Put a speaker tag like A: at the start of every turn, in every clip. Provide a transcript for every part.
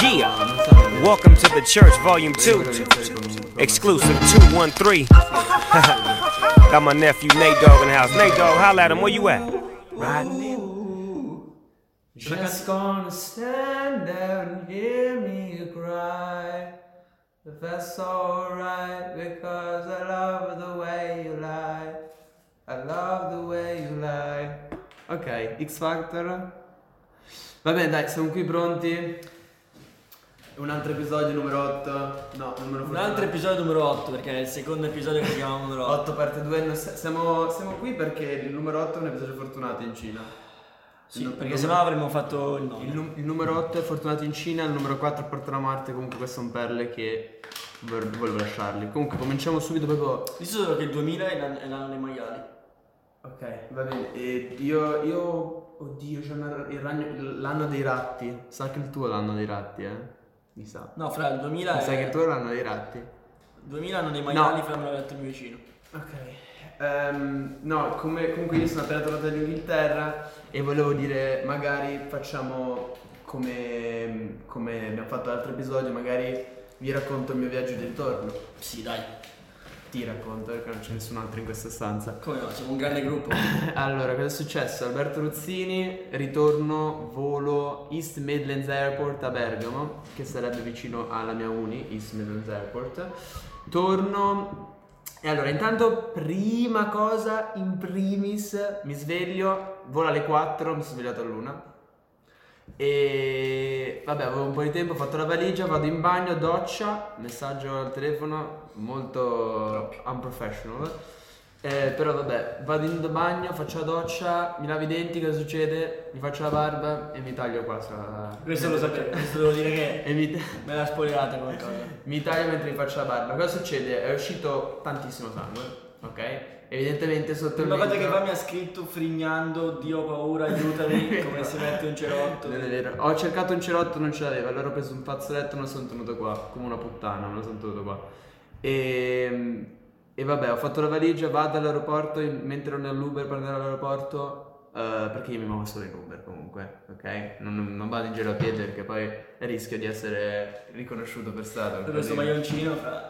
A: Yeah. Welcome to the church, volume 2. Exclusive 213. Got my nephew Nate Dogg in the house. Nate Dogg, holla at him. Where you at? Riding in.
B: Just gonna stand there and hear me cry. If that's alright, because I love the way you lie. I love the way you lie. Ok, X Factor. Va bene, dai, siamo qui pronti. Un altro episodio numero 8. No, numero 14.
C: Un altro episodio numero 8, perché è il secondo episodio che chiamiamo numero 8.
B: 8 parte 2. Siamo, siamo qui perché il numero 8 è un episodio fortunato in Cina.
C: Sì,
B: Il nu-
C: perché
B: il
C: sennò avremmo fatto il nome.
B: Il, nu- il numero 8 è fortunato in Cina, il numero 4 portano a Marte, comunque queste sono perle che vor- volevo lasciarli. Comunque cominciamo subito proprio...
C: Io so solo che il 2000 è l'an- è l'anno dei maiali.
B: Ok, va bene. E io... io... Oddio, c'è una- il ragno- l'anno dei ratti. Sa che il tuo è l'anno dei ratti, eh? Mi sa.
C: No, fra il 2000
B: Mi sa
C: e
B: che il tuo è l'anno dei ratti.
C: 2000 l'anno dei maiali,
B: No.
C: fra me l'ho detto il mio vicino.
B: Ok. Ehm, no, come, comunque io sono appena tornato dall'Inghilterra e volevo dire, magari facciamo come, come abbiamo fatto l'altro episodio, magari vi racconto il mio viaggio di ritorno.
C: Sì, dai.
B: Ti racconto perché non c'è nessun altro in questa stanza.
C: Come no, siamo un grande gruppo.
B: Allora, cosa è successo? Alberto Ruzzini, ritorno volo East Midlands Airport a Bergamo, che sarebbe vicino alla mia uni, East Midlands Airport. Torno e allora, intanto, prima cosa, in primis, mi sveglio, volo alle 4, mi sono svegliato all'una. E vabbè, avevo un po' di tempo, ho fatto la valigia, vado in bagno, doccia, messaggio al telefono, molto unprofessional. Eh, però vabbè, vado in bagno, faccio la doccia, mi lavo i denti, cosa succede? Mi faccio la barba e mi taglio qua sulla...
C: Questo lo sapevo, questo devo dire che
B: E mi...
C: me l'ha spoilerata qualcosa.
B: Mi taglio mentre mi faccio la barba. Cosa succede? È uscito tantissimo sangue, ok? Evidentemente sotto il
C: L'ultima cosa che
B: mento-
C: fa mi ha scritto frignando, Dio ho paura, aiutami, come si mette un cerotto.
B: Non è vero. Ho cercato un cerotto, non ce l'avevo. Allora ho preso un fazzoletto e me lo sono tenuto qua. Come una puttana, me lo sono tenuto qua. E, e vabbè, ho fatto la valigia, vado all'aeroporto in- mentre ero nell'Uber per andare all'aeroporto. eh, perché io mi muovo solo in Uber comunque, ok? Non, non vado in giro a piedi perché poi rischio di essere riconosciuto per strada.
C: Per questo
B: quindi-
C: maglioncino, fra...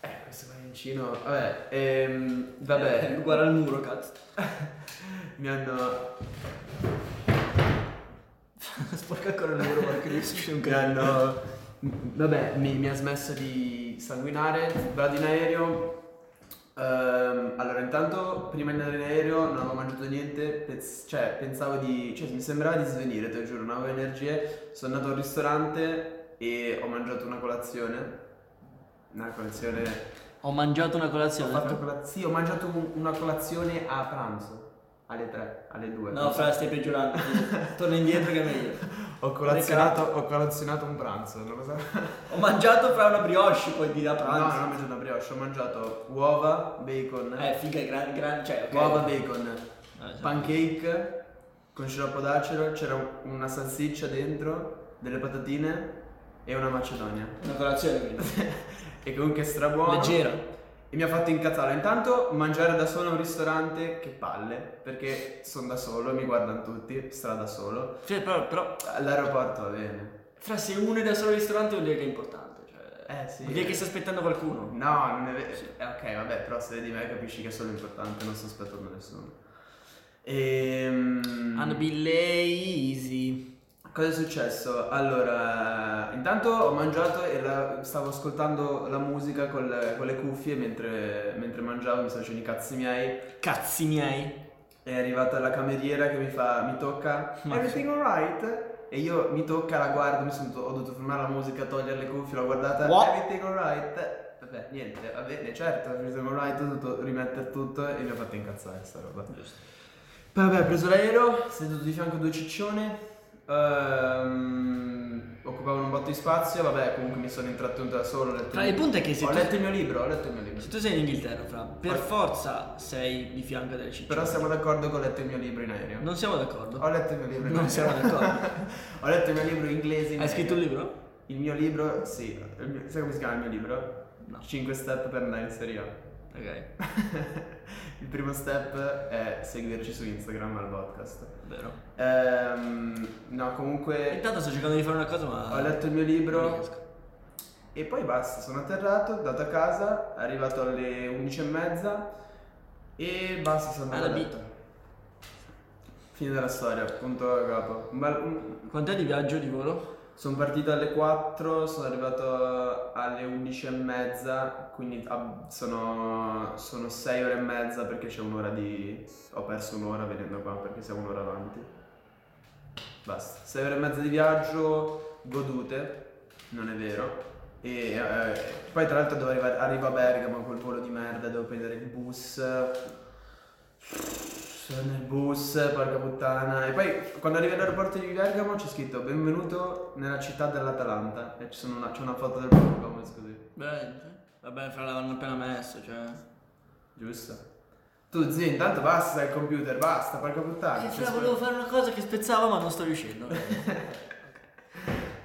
C: eh,
B: Eh, questo maglioncino, vabbè, ehm, vabbè,
C: Guarda il muro, cazzo.
B: mi hanno,
C: Sporca ancora il muro, porca di c'è un
B: mi
C: cazzo.
B: hanno, vabbè, mi, mi ha smesso di sanguinare, vado in aereo, Ehm, allora intanto prima di andare in aereo non avevo mangiato niente, pez- cioè pensavo di, cioè mi sembrava di svenire, te lo giuro, non avevo energie, sono andato al ristorante e ho mangiato una colazione, una colazione,
C: Ho mangiato una
B: ho
C: colazione.
B: fatto
C: fra.
B: colaz- sì, ho mangiato un- una colazione a pranzo, alle 3, alle 2.
C: No, fra, stai peggiorando. Torna indietro che è meglio.
B: Ho colazionato, ho colazionato un pranzo, una cosa.
C: Ho mangiato fra una brioche poi di da
B: No, non ho
C: pranzo.
B: mangiato una brioche, ho mangiato uova, bacon,
C: Eh, figa, gran, gran, cioè, ok.
B: uova, bacon,
C: Eh, sì.
B: pancake con sciroppo d'acero, c'era un- una salsiccia dentro, delle patatine e una macedonia.
C: Una colazione, quindi.
B: E comunque strabuono.
C: Leggera.
B: E mi ha fatto incazzare. Intanto mangiare da solo a un ristorante, che palle, perché sono da solo, mi guardano tutti, stra da solo.
C: Cioè, però, però,
B: All'aeroporto va bene.
C: fra se uno è da solo al ristorante vuol dire che è importante. Cioè,
B: Eh, sì.
C: Vuol dire che sta aspettando qualcuno.
B: No, non è vero. Eh, ok, vabbè, però se vedi me capisci che sono importante, non sto aspettando nessuno.
C: Mm.
B: Ehm...
C: lazy.
B: Cosa è successo? Allora, intanto ho mangiato e la- stavo ascoltando la musica col- con le cuffie mentre, mentre mangiavo, mi stavo facendo i cazzi miei.
C: Cazzi miei.
B: È arrivata la cameriera che mi fa, mi tocca,
C: Ma-
B: everything alright? E io mi tocca, la guardo, mi sono- ho dovuto fermare la musica, togliere le cuffie, l'ho guardata,
C: What?
B: everything alright? Vabbè, niente, va bene, certo, everything alright, ho dovuto rimettere tutto e mi ha fatto incazzare sta roba. Poi vabbè, ho preso l'aereo, seduto di fianco a due ciccione, ehm, occupavano un botto di spazio, vabbè, comunque mi sono intrattenuto da solo. ho letto
C: Fra,
B: il-
C: il punto è che se
B: Ho
C: tu-
B: letto il mio libro, ho letto il mio libro.
C: Se tu sei in Inghilterra, fra, per forza sei di fianco delle città.
B: Però siamo d'accordo che ho letto il mio libro in aereo.
C: Non siamo d'accordo.
B: Ho letto il mio libro in
C: Non
B: inglese.
C: siamo d'accordo.
B: Ho letto il mio libro in inglese. in
C: Hai scritto un
B: aereo.
C: libro?
B: Il mio libro, sì. il mio- sai come si chiama il mio libro?
C: No.
B: 5 step per andare in Serie A.
C: Ok.
B: Il primo step è seguirci su Instagram al podcast.
C: Vero.
B: Ehm, no, comunque
C: Eh, Intanto sto cercando di fare una cosa, ma.
B: ho letto il mio
C: Non
B: libro
C: riesco.
B: e poi basta, sono atterrato, dato a casa, arrivato alle 11.30 e basta, sono
C: Alla
B: andato. a letto. Fine della storia, punto a capo. Un bel- un-
C: Quant'è di viaggio di volo?
B: Sono partito alle 4, sono arrivato alle 11 e mezza, quindi ah, sono, sono 6 ore e mezza perché c'è un'ora di... ho perso un'ora venendo qua perché siamo un'ora avanti. Basta, 6 ore e mezza di viaggio godute, non è vero. E eh, poi tra l'altro devo arrivare, arrivo a Bergamo col volo di merda, devo prendere il bus. Sono nel bus, porca puttana. E poi quando arrivi all'aeroporto di Bergamo c'è scritto benvenuto nella città dell'Atalanta. E ci sono una- c'è una foto del Borgo Gomez così.
C: Veramente? Vabbè, fra l'hanno appena messo, cioè.
B: Giusto? Tu zio, intanto basta il computer, basta, porca puttana. Cioè,
C: Eh, fra, volevo fare una cosa che spezzava, ma non sto riuscendo.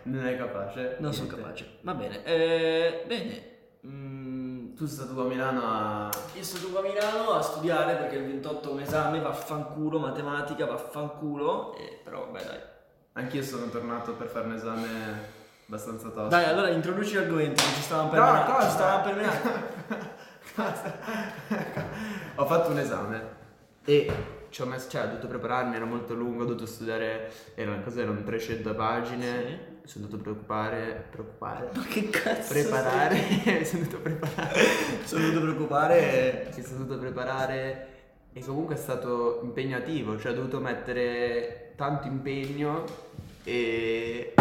B: Non è capace.
C: Eh, Non sono
B: Eh, Niente.
C: capace. Va bene. Eh, bene. Mm,
B: Tu sei stato a Milano a...
C: io sono qua a Milano a studiare perché il 28 ho un esame, vaffanculo, matematica, vaffanculo. Eh, però vabbè dai.
B: Anch'io sono tornato per fare un esame abbastanza tosto.
C: Dai, allora introduci l'argomento, che ci stavamo per
B: No,
C: menare,
B: cosa?
C: Ci stavamo per menare.
B: Basta. ho fatto un esame e ci ho messo, cioè, ho dovuto prepararmi, era molto lungo, ho dovuto studiare, era, cosa erano 300 pagine, sono dovuto preoccupare, preoccupare,
C: Ma che cazzo?
B: preparare, sono dovuto preparare,
C: sei? Sono dovuto preoccupare.
B: mi sono dovuto preparare e comunque è stato impegnativo, cioè ho dovuto mettere tanto impegno e...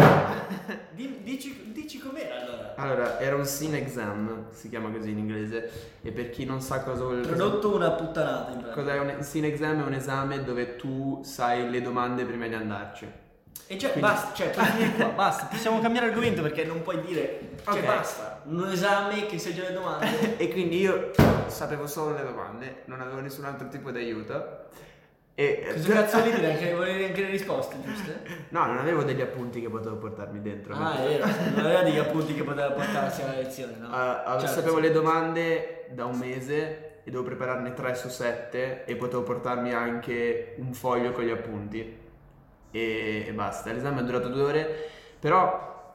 C: Di- dici, dici com'era allora.
B: Allora, era un sin exam, si chiama così in inglese, e per chi non sa cosa vuol cosa-
C: Prodotto una puttanata in pratica.
B: Cos'è un sin exam? È un esame dove tu sai le domande prima di andarci.
C: E cioè,
B: Quindi-
C: basta, cioè, puoi finire qua, basta. Possiamo cambiare argomento perché non puoi dire. Cioè,
B: Ok.
C: basta. Un esame che sei già le domande.
B: E quindi io sapevo solo le domande, non avevo nessun altro tipo di aiuto. E
C: Cosa cazzo vuol dire? Anche, volevi anche le risposte, giuste?
B: No, non avevo degli appunti che potevo portarmi dentro.
C: Ah,
B: perché-
C: è vero. Non aveva degli appunti che poteva portarsi alla lezione, no?
B: Ah, ah,
C: Cioè,
B: sapevo
C: sì.
B: le domande da un mese e devo prepararne 3 su 7 e potevo portarmi anche un foglio con gli appunti. E, e basta, l'esame è durato due ore, però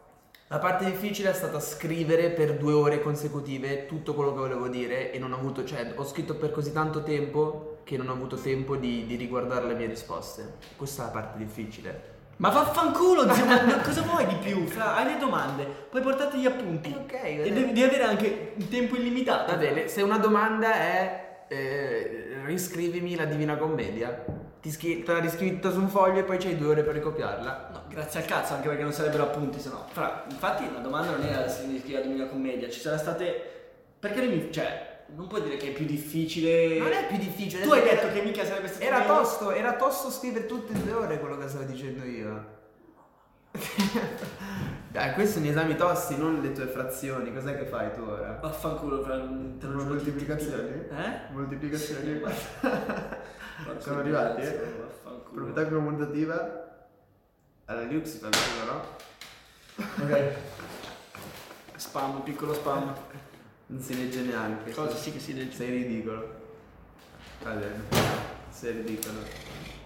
B: la parte difficile è stata scrivere per due ore consecutive tutto quello che volevo dire e non ho avuto, cioè ho scritto per così tanto tempo che non ho avuto tempo di, di riguardare le mie risposte. Questa è la parte difficile.
C: Ma vaffanculo, zio, ma ma cosa vuoi di più? Fra, hai le domande, puoi portarti gli appunti.
B: Eh, ok,
C: E
B: vabbè.
C: devi, devi avere anche un tempo illimitato.
B: Va bene, se una domanda è eh, riscrivimi la Divina Commedia, ti scri- te l'ha riscritta su un foglio e poi c'hai due ore per ricopiarla.
C: No, grazie al cazzo, anche perché non sarebbero appunti, se no. Fra, infatti la domanda non era se mi scrivi la Divina Commedia, ci sarà state... Perché non mi... Cioè, non puoi dire che è più difficile...
B: Non è più difficile.
C: Tu hai detto che mica sarebbe stato...
B: Era
C: meglio.
B: tosto, era tosto scrivere tutte e due ore quello che stavo dicendo io. Dai, questi sono gli esami tosti, non le tue frazioni. Cos'è che fai tu ora?
C: Vaffanculo, fra... Te lo
B: Sono
C: giuro, ti-
B: moltiplicazioni?
C: Eh?
B: Moltiplicazioni.
C: Guarda,
B: Siamo arrivati,
C: cazzo,
B: eh?
C: Vaffanculo.
B: Proprietà commutativa. Allora, Liux si fa il no?
C: Ok. Spam, piccolo spam.
B: Non si legge neanche.
C: Cosa sì che si legge.
B: Sei ridicolo. Va bene. Sei ridicolo.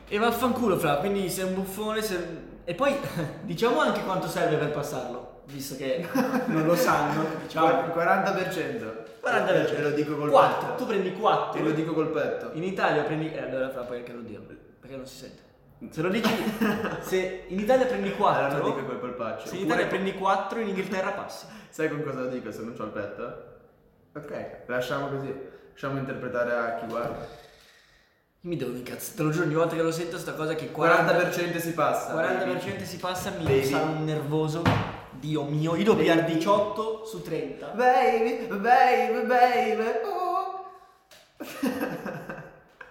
C: E vaffanculo fra, quindi sei un buffone, sei- e poi diciamo anche quanto serve per passarlo, visto che non lo sanno, diciamo.
B: Quar- 40%.
C: 40%.
B: Te lo dico col
C: 4,
B: petto.
C: tu prendi 4.
B: Te lo dico col petto.
C: In Italia prendi... Eh, allora fra, puoi anche non dirlo, perché non si sente. Se lo dici, se in Italia prendi
B: Allora lo dico
C: 4,
B: col polpaccio.
C: se in
B: Oppure-
C: Italia prendi 4 in Inghilterra passi.
B: Sai con cosa lo dico se non c'ho il petto? Ok, lasciamo così. Lasciamo interpretare a chi guarda.
C: Mi devo incazzare, te lo giuro, ogni volta che lo sento sta cosa che 40%...
B: 40% si passa.
C: 40% si passa, mi
B: Vedi?
C: sa un nervoso. Dio mio, io devo
B: Vedi?
C: pigliare 18 su 30.
B: Baby, baby, baby. oh.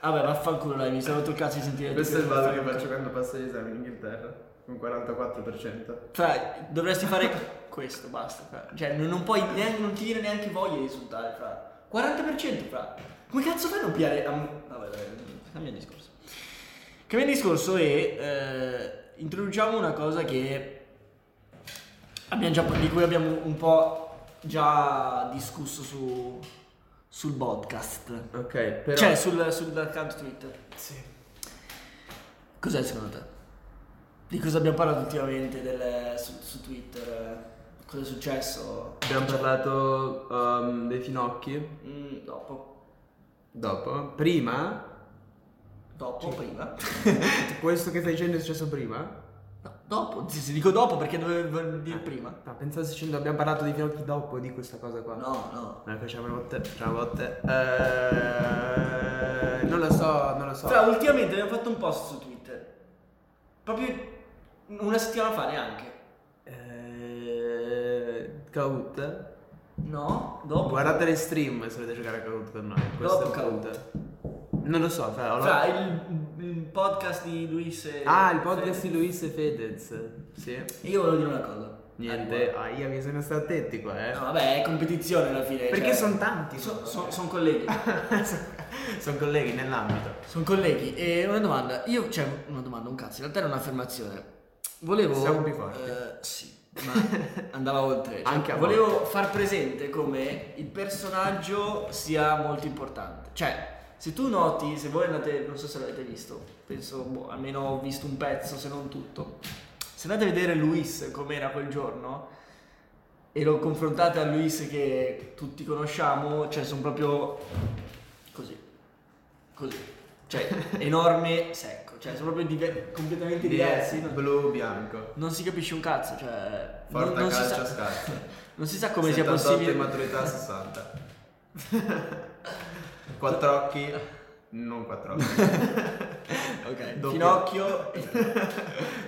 C: Vabbè, vaffanculo, dai, mi sono rotto il cazzo di sentire.
B: Questo è il ballo che faccio quando passo gli esami in Inghilterra. Con 44%.
C: Fra, Cioè, dovresti fare questo, basta, fra. Cioè, non, non puoi neanche, non ti viene neanche voglia di risultare, fra. 40%, fra. Come cazzo fai a non piare? a m- Vabbè, dai, cambia discorso. Cambia discorso e eh, introduciamo una cosa che abbiamo già, di cui abbiamo un po' già discusso su, sul podcast.
B: Ok, però...
C: Cioè, sul, sull'account Twitter.
D: Sì.
C: Cos'è secondo te? Di cosa abbiamo parlato ultimamente del- su, su Twitter? Cosa è successo?
B: Abbiamo parlato ehm, dei finocchi
C: Mm, dopo.
B: dopo. Prima?
C: Dopo, prima.
B: Questo che stai dicendo è successo prima?
C: No, dopo. Sì, sì, dico dopo perché dovevo dire prima.
B: Ah, pensavo stessi dicendo abbiamo parlato dei finocchi dopo di questa cosa qua.
C: No, no.
B: Ecco, ciao botte, ciao botte. Eh, non lo so, non lo so.
C: Fra, ultimamente abbiamo fatto un post su Twitter. Proprio una settimana fa neanche.
B: Eh, Kahoot.
C: No, dopo.
B: Guardate le stream se volete giocare a Kahoot con noi. Questo
C: Dopo
B: è un
C: Kahoot.
B: punto. Non lo so, fra, ho-
C: Fra, eh, il, il podcast di Luis e...
B: Ah, il podcast di Luis e Fedez. Sì.
C: Io volevo dire una cosa.
B: Niente, ah, io mi sono stato attenti qua, eh.
C: No, vabbè, è competizione alla fine.
B: Perché
C: cioè,
B: sono tanti.
C: so- so-
B: sono
C: son colleghi.
B: colleghi nell'ambito.
C: sono colleghi. E una domanda. Io, cioè, una domanda, un cazzo. In realtà era un'affermazione. Volevo...
B: Siamo più forti.
C: eh, sì, ma andava oltre. Cioè,
B: Anche a
C: volevo far presente come il personaggio sia molto importante. Cioè, se tu noti, se voi andate, non so se l'avete visto, penso, boh, almeno ho visto un pezzo, se non tutto. Se andate a vedere Luis com'era quel giorno e lo confrontate a Luis che tutti conosciamo, cioè sono proprio così. Così. Cioè, enorme, secco. Cioè, sono proprio diver- completamente diversi. no?
B: Blu, bianco.
C: Non si capisce un cazzo, cioè. non,
B: Forte
C: non si
B: calcio,
C: sa,
B: scarso.
C: non si sa come sia
B: 78
C: possibile.
B: e maturità 60. quattro occhi. Non quattro occhi.
C: Ok,
B: Doppio.
C: Finocchio.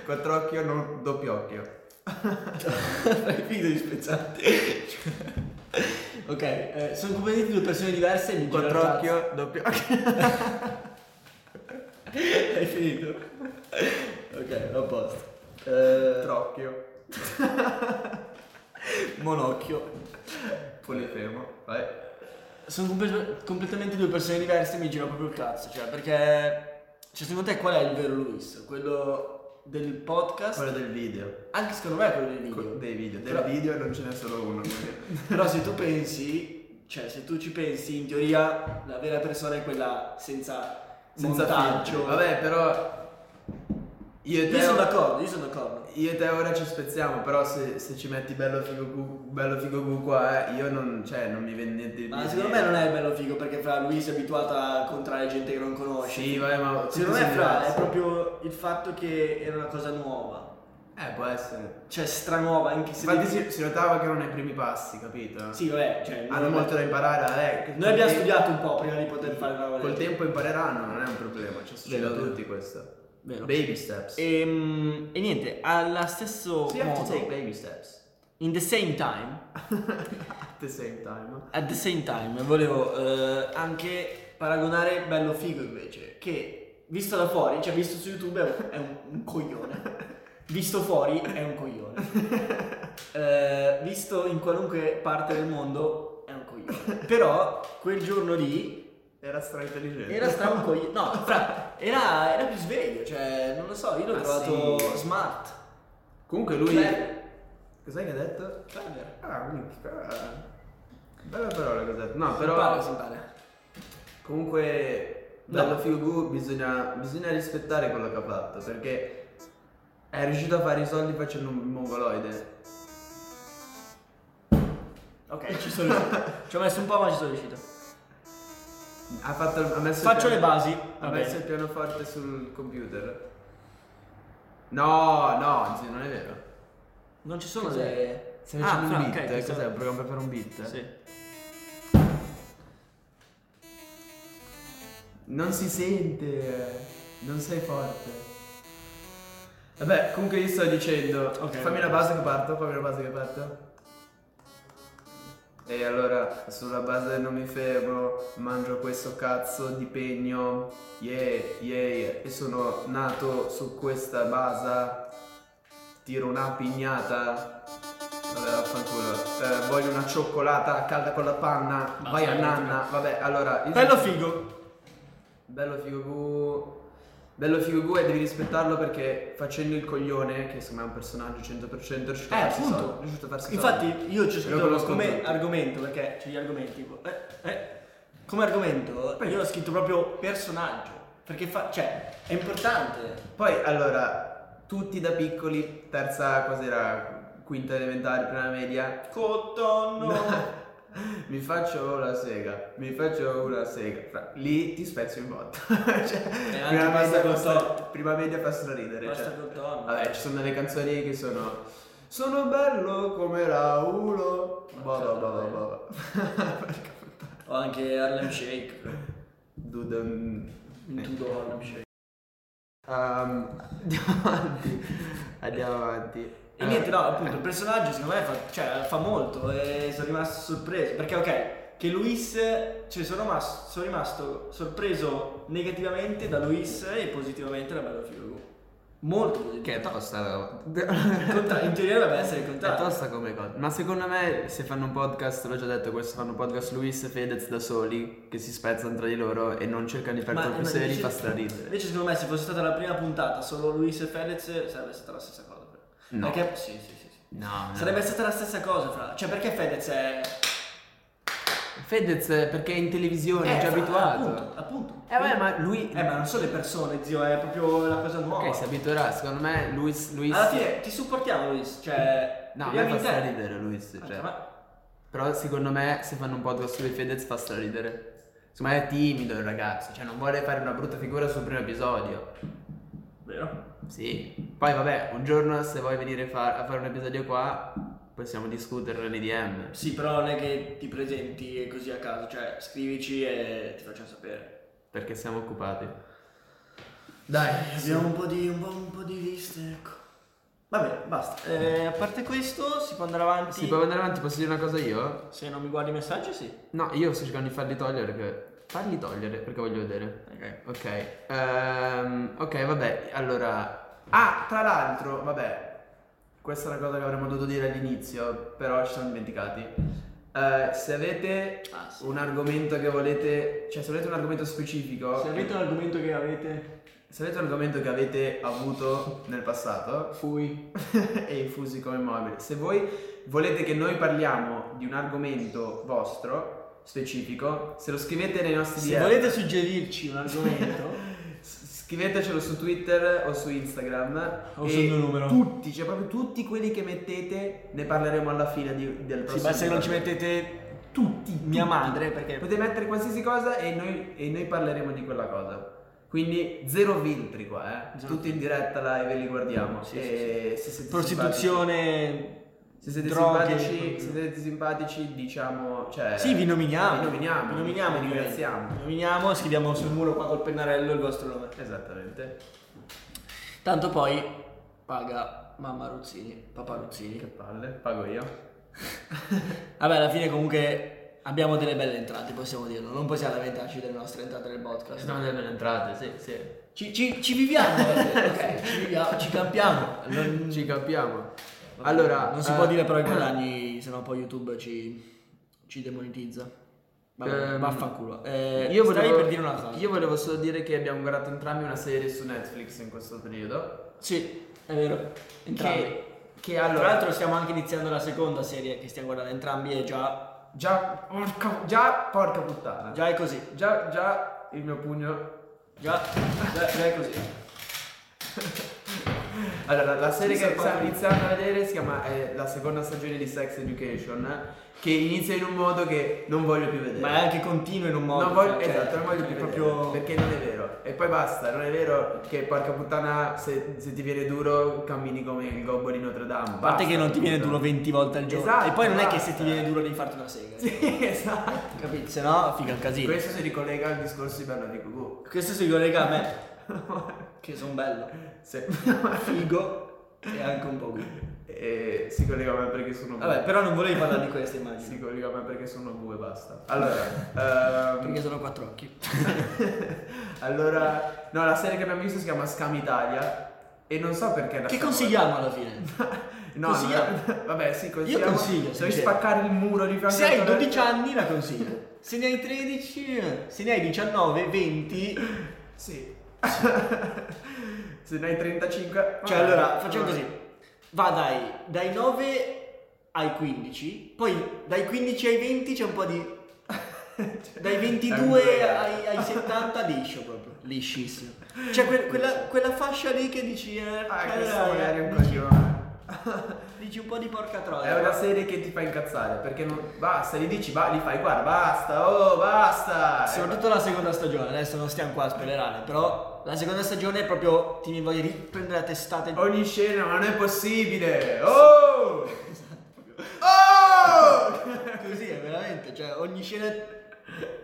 B: quattro occhio, non doppio occhio.
C: Fai finta di spezzarti. ok, eh, sono completamente due persone diverse e mi giro il
B: Quattro
C: cazzo.
B: occhio, doppio occhio.
C: Hai finito. ok, a posto. Eh,
B: Quattro occhio.
C: monocchio.
B: Polifemo. Vai.
C: Sono comple- completamente due persone diverse e mi gira proprio il cazzo. Cioè, perché. Cioè, secondo te qual è il vero Luis? Quello del podcast?
B: Quello del video.
C: Anche secondo me è quello del video.
B: Que- Dei video. Del
C: Però-
B: video non ce n'è solo uno. quindi.
C: Però se tu pensi, cioè se tu ci pensi, in teoria la vera persona è quella senza,
B: Senza
C: montaggio.
B: filtri. Vabbè, però. Io e te.
C: Io sono d'accordo, io sono d'accordo.
B: Io e te ora ci spezziamo, però se, se ci metti bello figo gu, bello figo gu qua, eh, io non, cioè, non mi vende niente di
C: Ma secondo me non è bello figo perché fra lui si è abituato a incontrare gente che non conosce.
B: Sì, vabbè, ma...
C: secondo
B: tutti
C: me
B: sono
C: fra è
B: diversi.
C: proprio il fatto che era una cosa nuova.
B: Eh, può essere.
C: Cioè stranuova, anche se...
B: Infatti si, si notava che erano i primi passi, capito?
C: Sì, vabbè, cioè...
B: Hanno
C: noi-
B: molto da imparare, eh.
C: Noi abbiamo studiato un po' prima di poter fare una roba del
B: Col
C: genere.
B: tempo impareranno, non è un problema, cioè succede a
C: Vero, vero.
B: tutti questo.
C: Vero.
B: Baby steps.
C: Ehm, E, niente, alla stesso
B: So you have to take
C: modo,
B: baby steps.
C: in the same time,
B: At the same time.
C: At the same time, volevo eh, anche paragonare Bello Figo invece, che visto da fuori, cioè visto su YouTube è un, è un- un coglione, visto fuori è un coglione, Eh, visto in qualunque parte del mondo è un coglione. Però quel giorno lì
B: Era straintelligente.
C: era stato un coglione, no, fra- era, era più sveglio, cioè non lo so, io l'ho
B: Ma
C: trovato
B: Ah, sì.
C: smart,
B: Comunque lui...
C: Clever.
B: Cioè, Cos'hai che ha detto?
C: clever,
B: Ah, minchia. ah. Bella parola che ho detto. No,
C: però...
B: però...
C: si impara, si impara.
B: Comunque,
C: No.
B: bello figo Gu, bisogna, bisogna rispettare quello che ha fatto perché è riuscito a fare i soldi facendo un mongoloide.
C: Ok, ci sono riuscito, ci ho messo un po' ma ci sono riuscito.
B: Ha, fatto, ha messo il
C: Faccio
B: piano-
C: le basi,
B: Ha
C: va
B: messo
C: bene.
B: il pianoforte sul computer. No, no, anzi, non è vero.
C: Non ci sono
B: Cos'è?
C: le.
B: Stai facendo
C: fra,
B: un beat?
C: ok,
B: eh?
C: questo-
B: Cos'è? Cioè, Un programma per fare un beat?
C: Sì.
B: Non si sente, eh, non sei forte. Vabbè, comunque io sto dicendo,
C: Ok.
B: fammi una base che parto, fammi una base che parto. E allora, sulla base non mi fermo, mangio questo cazzo di pegno, yeah, yeah, e sono nato su questa base, tiro una pignata, vabbè vaffanculo, Eh, voglio una cioccolata calda con la panna,
C: Basta,
B: vai a
C: vai,
B: nanna, vabbè, allora... io-
C: Bello figo.
B: Bello figo Gu. Bello figo Gu e devi rispettarlo perché facendo il coglione, che secondo me è un personaggio 100% è riuscito a
C: Eh,
B: farsi
C: appunto.
B: soldi, è riuscito a farsi soldi.
C: Infatti, io ci ho
B: Io
C: scritto
B: conosco
C: come
B: tutti.
C: argomento perché c'è gli argomenti tipo. Eh, eh, come argomento, io l'ho scritto proprio personaggio. Perché fa, cioè, è importante.
B: Poi allora, tutti da piccoli, terza cos'era? Quinta elementare, prima media.
C: Cottonno.
B: mi faccio la sega, mi faccio una sega. Fra- Lì ti spezzo in botta. Cioè,
C: Eh, anche
B: prima, media
C: questo
B: fa stra-
C: conto.
B: prima media fa straridere.
C: Basta
B: cioè.
C: cottonno.
B: Vabbè, ci sono delle canzoni che sono Sono bello come Raulo. Boh, Bah, bah, bah, bah, bah, bah. Porca puttana.
C: Ho anche Harlem Shake.
B: Dude, mm.
C: In tutto Harlem Shake.
B: Um, andiamo avanti. Andiamo avanti.
C: E niente, no, appunto, il personaggio secondo me fa, cioè, fa molto e sono rimasto sorpreso. Perché, ok, che Luis, cioè, sono, rimas- sono rimasto sorpreso negativamente da Luis e positivamente da Bello Figo. Molto
E: Che è
C: positivamente.
E: tosta.
C: Il contra- In teoria dovrebbe essere il
E: È
C: contrario.
E: tosta come cosa. Ma secondo me se fanno un podcast, l'ho già detto questo, fanno un podcast Luis e Fedez da soli, che si spezzano tra di loro e non cercano di fare
C: Ma-
E: troppi
C: ma
E: seri,
C: invece-
E: fa straridere.
C: Invece, secondo me, se fosse stata la prima puntata solo Luis e Fedez, sarebbe stata la stessa cosa.
E: No.
C: Perché? Sì, sì, sì. sì.
E: No, no.
C: Sarebbe stata la stessa cosa, fra. Cioè, perché Fedez è.
E: Fedez eh, perché è in televisione, è
C: Eh,
E: già
C: fra,
E: abituato.
C: Appunto, appunto.
E: Eh, vabbè, ma lui...
C: Eh, ma non so le persone, zio, è proprio la cosa nuova.
E: Ok, si abituerà, secondo me Luis... Luis...
C: Alla fine ti supportiamo, Luis. Cioè,
E: No, a me fa
C: crediamo in te.
E: straridere Luis,
C: Ah,
E: cioè...
C: ma-
E: Però secondo me se fanno un podcast lui e Fedez fa straridere. Secondo me è timido il ragazzo, cioè non vuole fare una brutta figura sul primo episodio.
C: Vero?
E: Sì. Poi vabbè, un giorno se vuoi venire fa- a fare un episodio qua, possiamo discuterne nei DM.
C: Sì, però non è che ti presenti così a caso. Cioè, scrivici e ti facciamo sapere.
E: Perché siamo occupati.
B: Dai,
C: Abbiamo un po' di, un po', un po' di liste, ecco. Vabbè, basta. Eh, a parte questo, si può andare avanti.
E: Si può andare avanti, posso dire una cosa io?
C: Se non mi guardi i messaggi, sì.
E: No, io sto cercando di farli togliere perché... Farli togliere perché voglio vedere.
C: Ok.
E: Ok. Ehm, ok, vabbè, allora...
B: Ah, tra l'altro, vabbè, questa è una cosa che avremmo dovuto dire all'inizio, però ci siamo dimenticati. Eh, se avete
C: Ah, sì.
B: un argomento che volete, cioè se avete un argomento specifico,
C: Se avete un argomento che avete,
B: se avete un argomento che avete avuto nel passato
C: fui.
B: e infusi come mobile, se voi volete che noi parliamo di un argomento vostro specifico, se lo scrivete nei nostri
C: Se
E: eh.
B: DM,
C: volete suggerirci un argomento,
B: S- Scrivetecelo su Twitter o su Instagram
C: O
B: e
C: sul mio numero.
B: Tutti, cioè proprio tutti quelli che mettete ne parleremo alla fine di- del prossimo
C: sì, basta che non ci
B: episodio.
C: mettete
B: tutti,
C: mia
B: tutti.
C: madre, perché
B: Potete mettere qualsiasi cosa e noi, e noi parleremo di quella cosa. Quindi zero filtri qua, eh.
C: Zero
B: Tutti in diretta live e li guardiamo.
C: Sì,
B: e se siete
C: prostituzione,
B: simpatici- Se siete,
C: droghe,
B: simpatici, se siete simpatici, diciamo. Cioè,
C: Sì, vi nominiamo.
B: Vi nominiamo.
C: Vi nominiamo,
B: vi
C: ovviamente.
B: ringraziamo.
C: Vi nominiamo, scriviamo sul muro qua col pennarello il vostro nome.
B: Esattamente.
C: Tanto poi paga mamma Ruzzini, papà
B: Che
C: Ruzzini.
B: palle, pago io.
C: Vabbè, alla fine comunque abbiamo delle belle entrate, possiamo dirlo. Non possiamo lamentarci delle nostre entrate del podcast.
E: Sono delle belle entrate, sì, sì.
C: Ci, ci- ci viviamo, ok? Ci viviamo, ci campiamo. Non-
E: Ci capiamo. Allora,
C: Mm. non si
E: eh,
C: può dire però i guadagni, sennò poi YouTube ci, ci demonetizza. Vabbè,
E: Ehm,
C: vaffanculo. Eh,
E: Io
C: stavi
E: volevo,
C: per dire una cosa.
E: io volevo solo dire che abbiamo guardato entrambi una serie su Netflix in questo periodo.
C: Sì, è vero. Entrambi.
E: Che, che
C: Tra
E: allora.
C: l'altro stiamo anche iniziando la seconda serie che stiamo guardando entrambi e già,
B: Già, porca, già, porca puttana. Già,
C: già è così.
B: già, già il mio pugno.
C: Già, già, già è così.
B: Allora, la serie
C: Sì,
B: che
C: sì,
B: stiamo
C: sì.
B: iniziando a vedere si chiama eh, la seconda stagione di Sex Education, eh, che inizia in un modo che non voglio più vedere.
C: Ma è anche continuo in un modo.
B: non voglio,
C: cioè,
B: esatto, non voglio
C: è
B: più
C: proprio...
B: vedere, perché non è vero. E poi basta, non è vero che porca puttana se, se ti viene duro cammini come il gobbo di Notre Dame.
C: A parte che non ti viene duro 20 volte al giorno.
B: Esatto,
C: e poi non è che
B: basta.
C: se ti viene duro devi farti una sega.
B: Sì, esatto.
C: Capito? Se no, figa il casino. Questo,
B: Questo si ricollega al discorso di Bernardi Cucù.
C: si collega a me. che sono bello.
B: Sì.
C: Figo. E anche un po' guido.
B: E si collega a me perché sono
C: Vabbè, però non volevi parlare di queste immagini.
B: Si collega a me perché sono due, basta. Allora, ehm,
C: Perché sono quattro occhi.
B: allora, no, la serie che abbiamo visto si chiama Scam Italia e non so perché la
C: Che
B: stiamo-
C: consigliamo alla fine?
B: No,
C: Consigliamo?
B: no, vabbè, sì, consigliamo.
C: consiglio,
B: Devi
C: sincero.
B: spaccare il muro di fianco
C: Se
B: alla
C: hai
B: tua-
C: 12 anni la consiglio. Se ne hai 13, eh. se ne hai 19, 20.
B: Sì. Se ne hai 35.
C: Cioè,
B: vabbè.
C: allora facciamo così: va dai, dai 9 ai 15, poi dai 15 ai 20 c'è un po' di. Dai 22 ai, ai 70 liscio proprio, liscissimo. Cioè que- quella, quella fascia lì che dici... eh,
B: Ah,
C: eh,
B: questo
C: eh,
B: magari è un
C: dici-
B: coglione.
C: Dici un po' di porca
B: È
C: troia.
B: una serie che ti fa incazzare perché non. Basta, gli dici, ba- gli fai, guarda, basta, oh, basta.
C: Soprattutto la seconda stagione, adesso non stiamo qua a spoilerare, però la seconda stagione è proprio ti mi voglio riprendere la testata in
B: Ogni scena ma non è possibile. Oh!
C: Esatto.
B: Oh!
C: Così è veramente, cioè ogni scena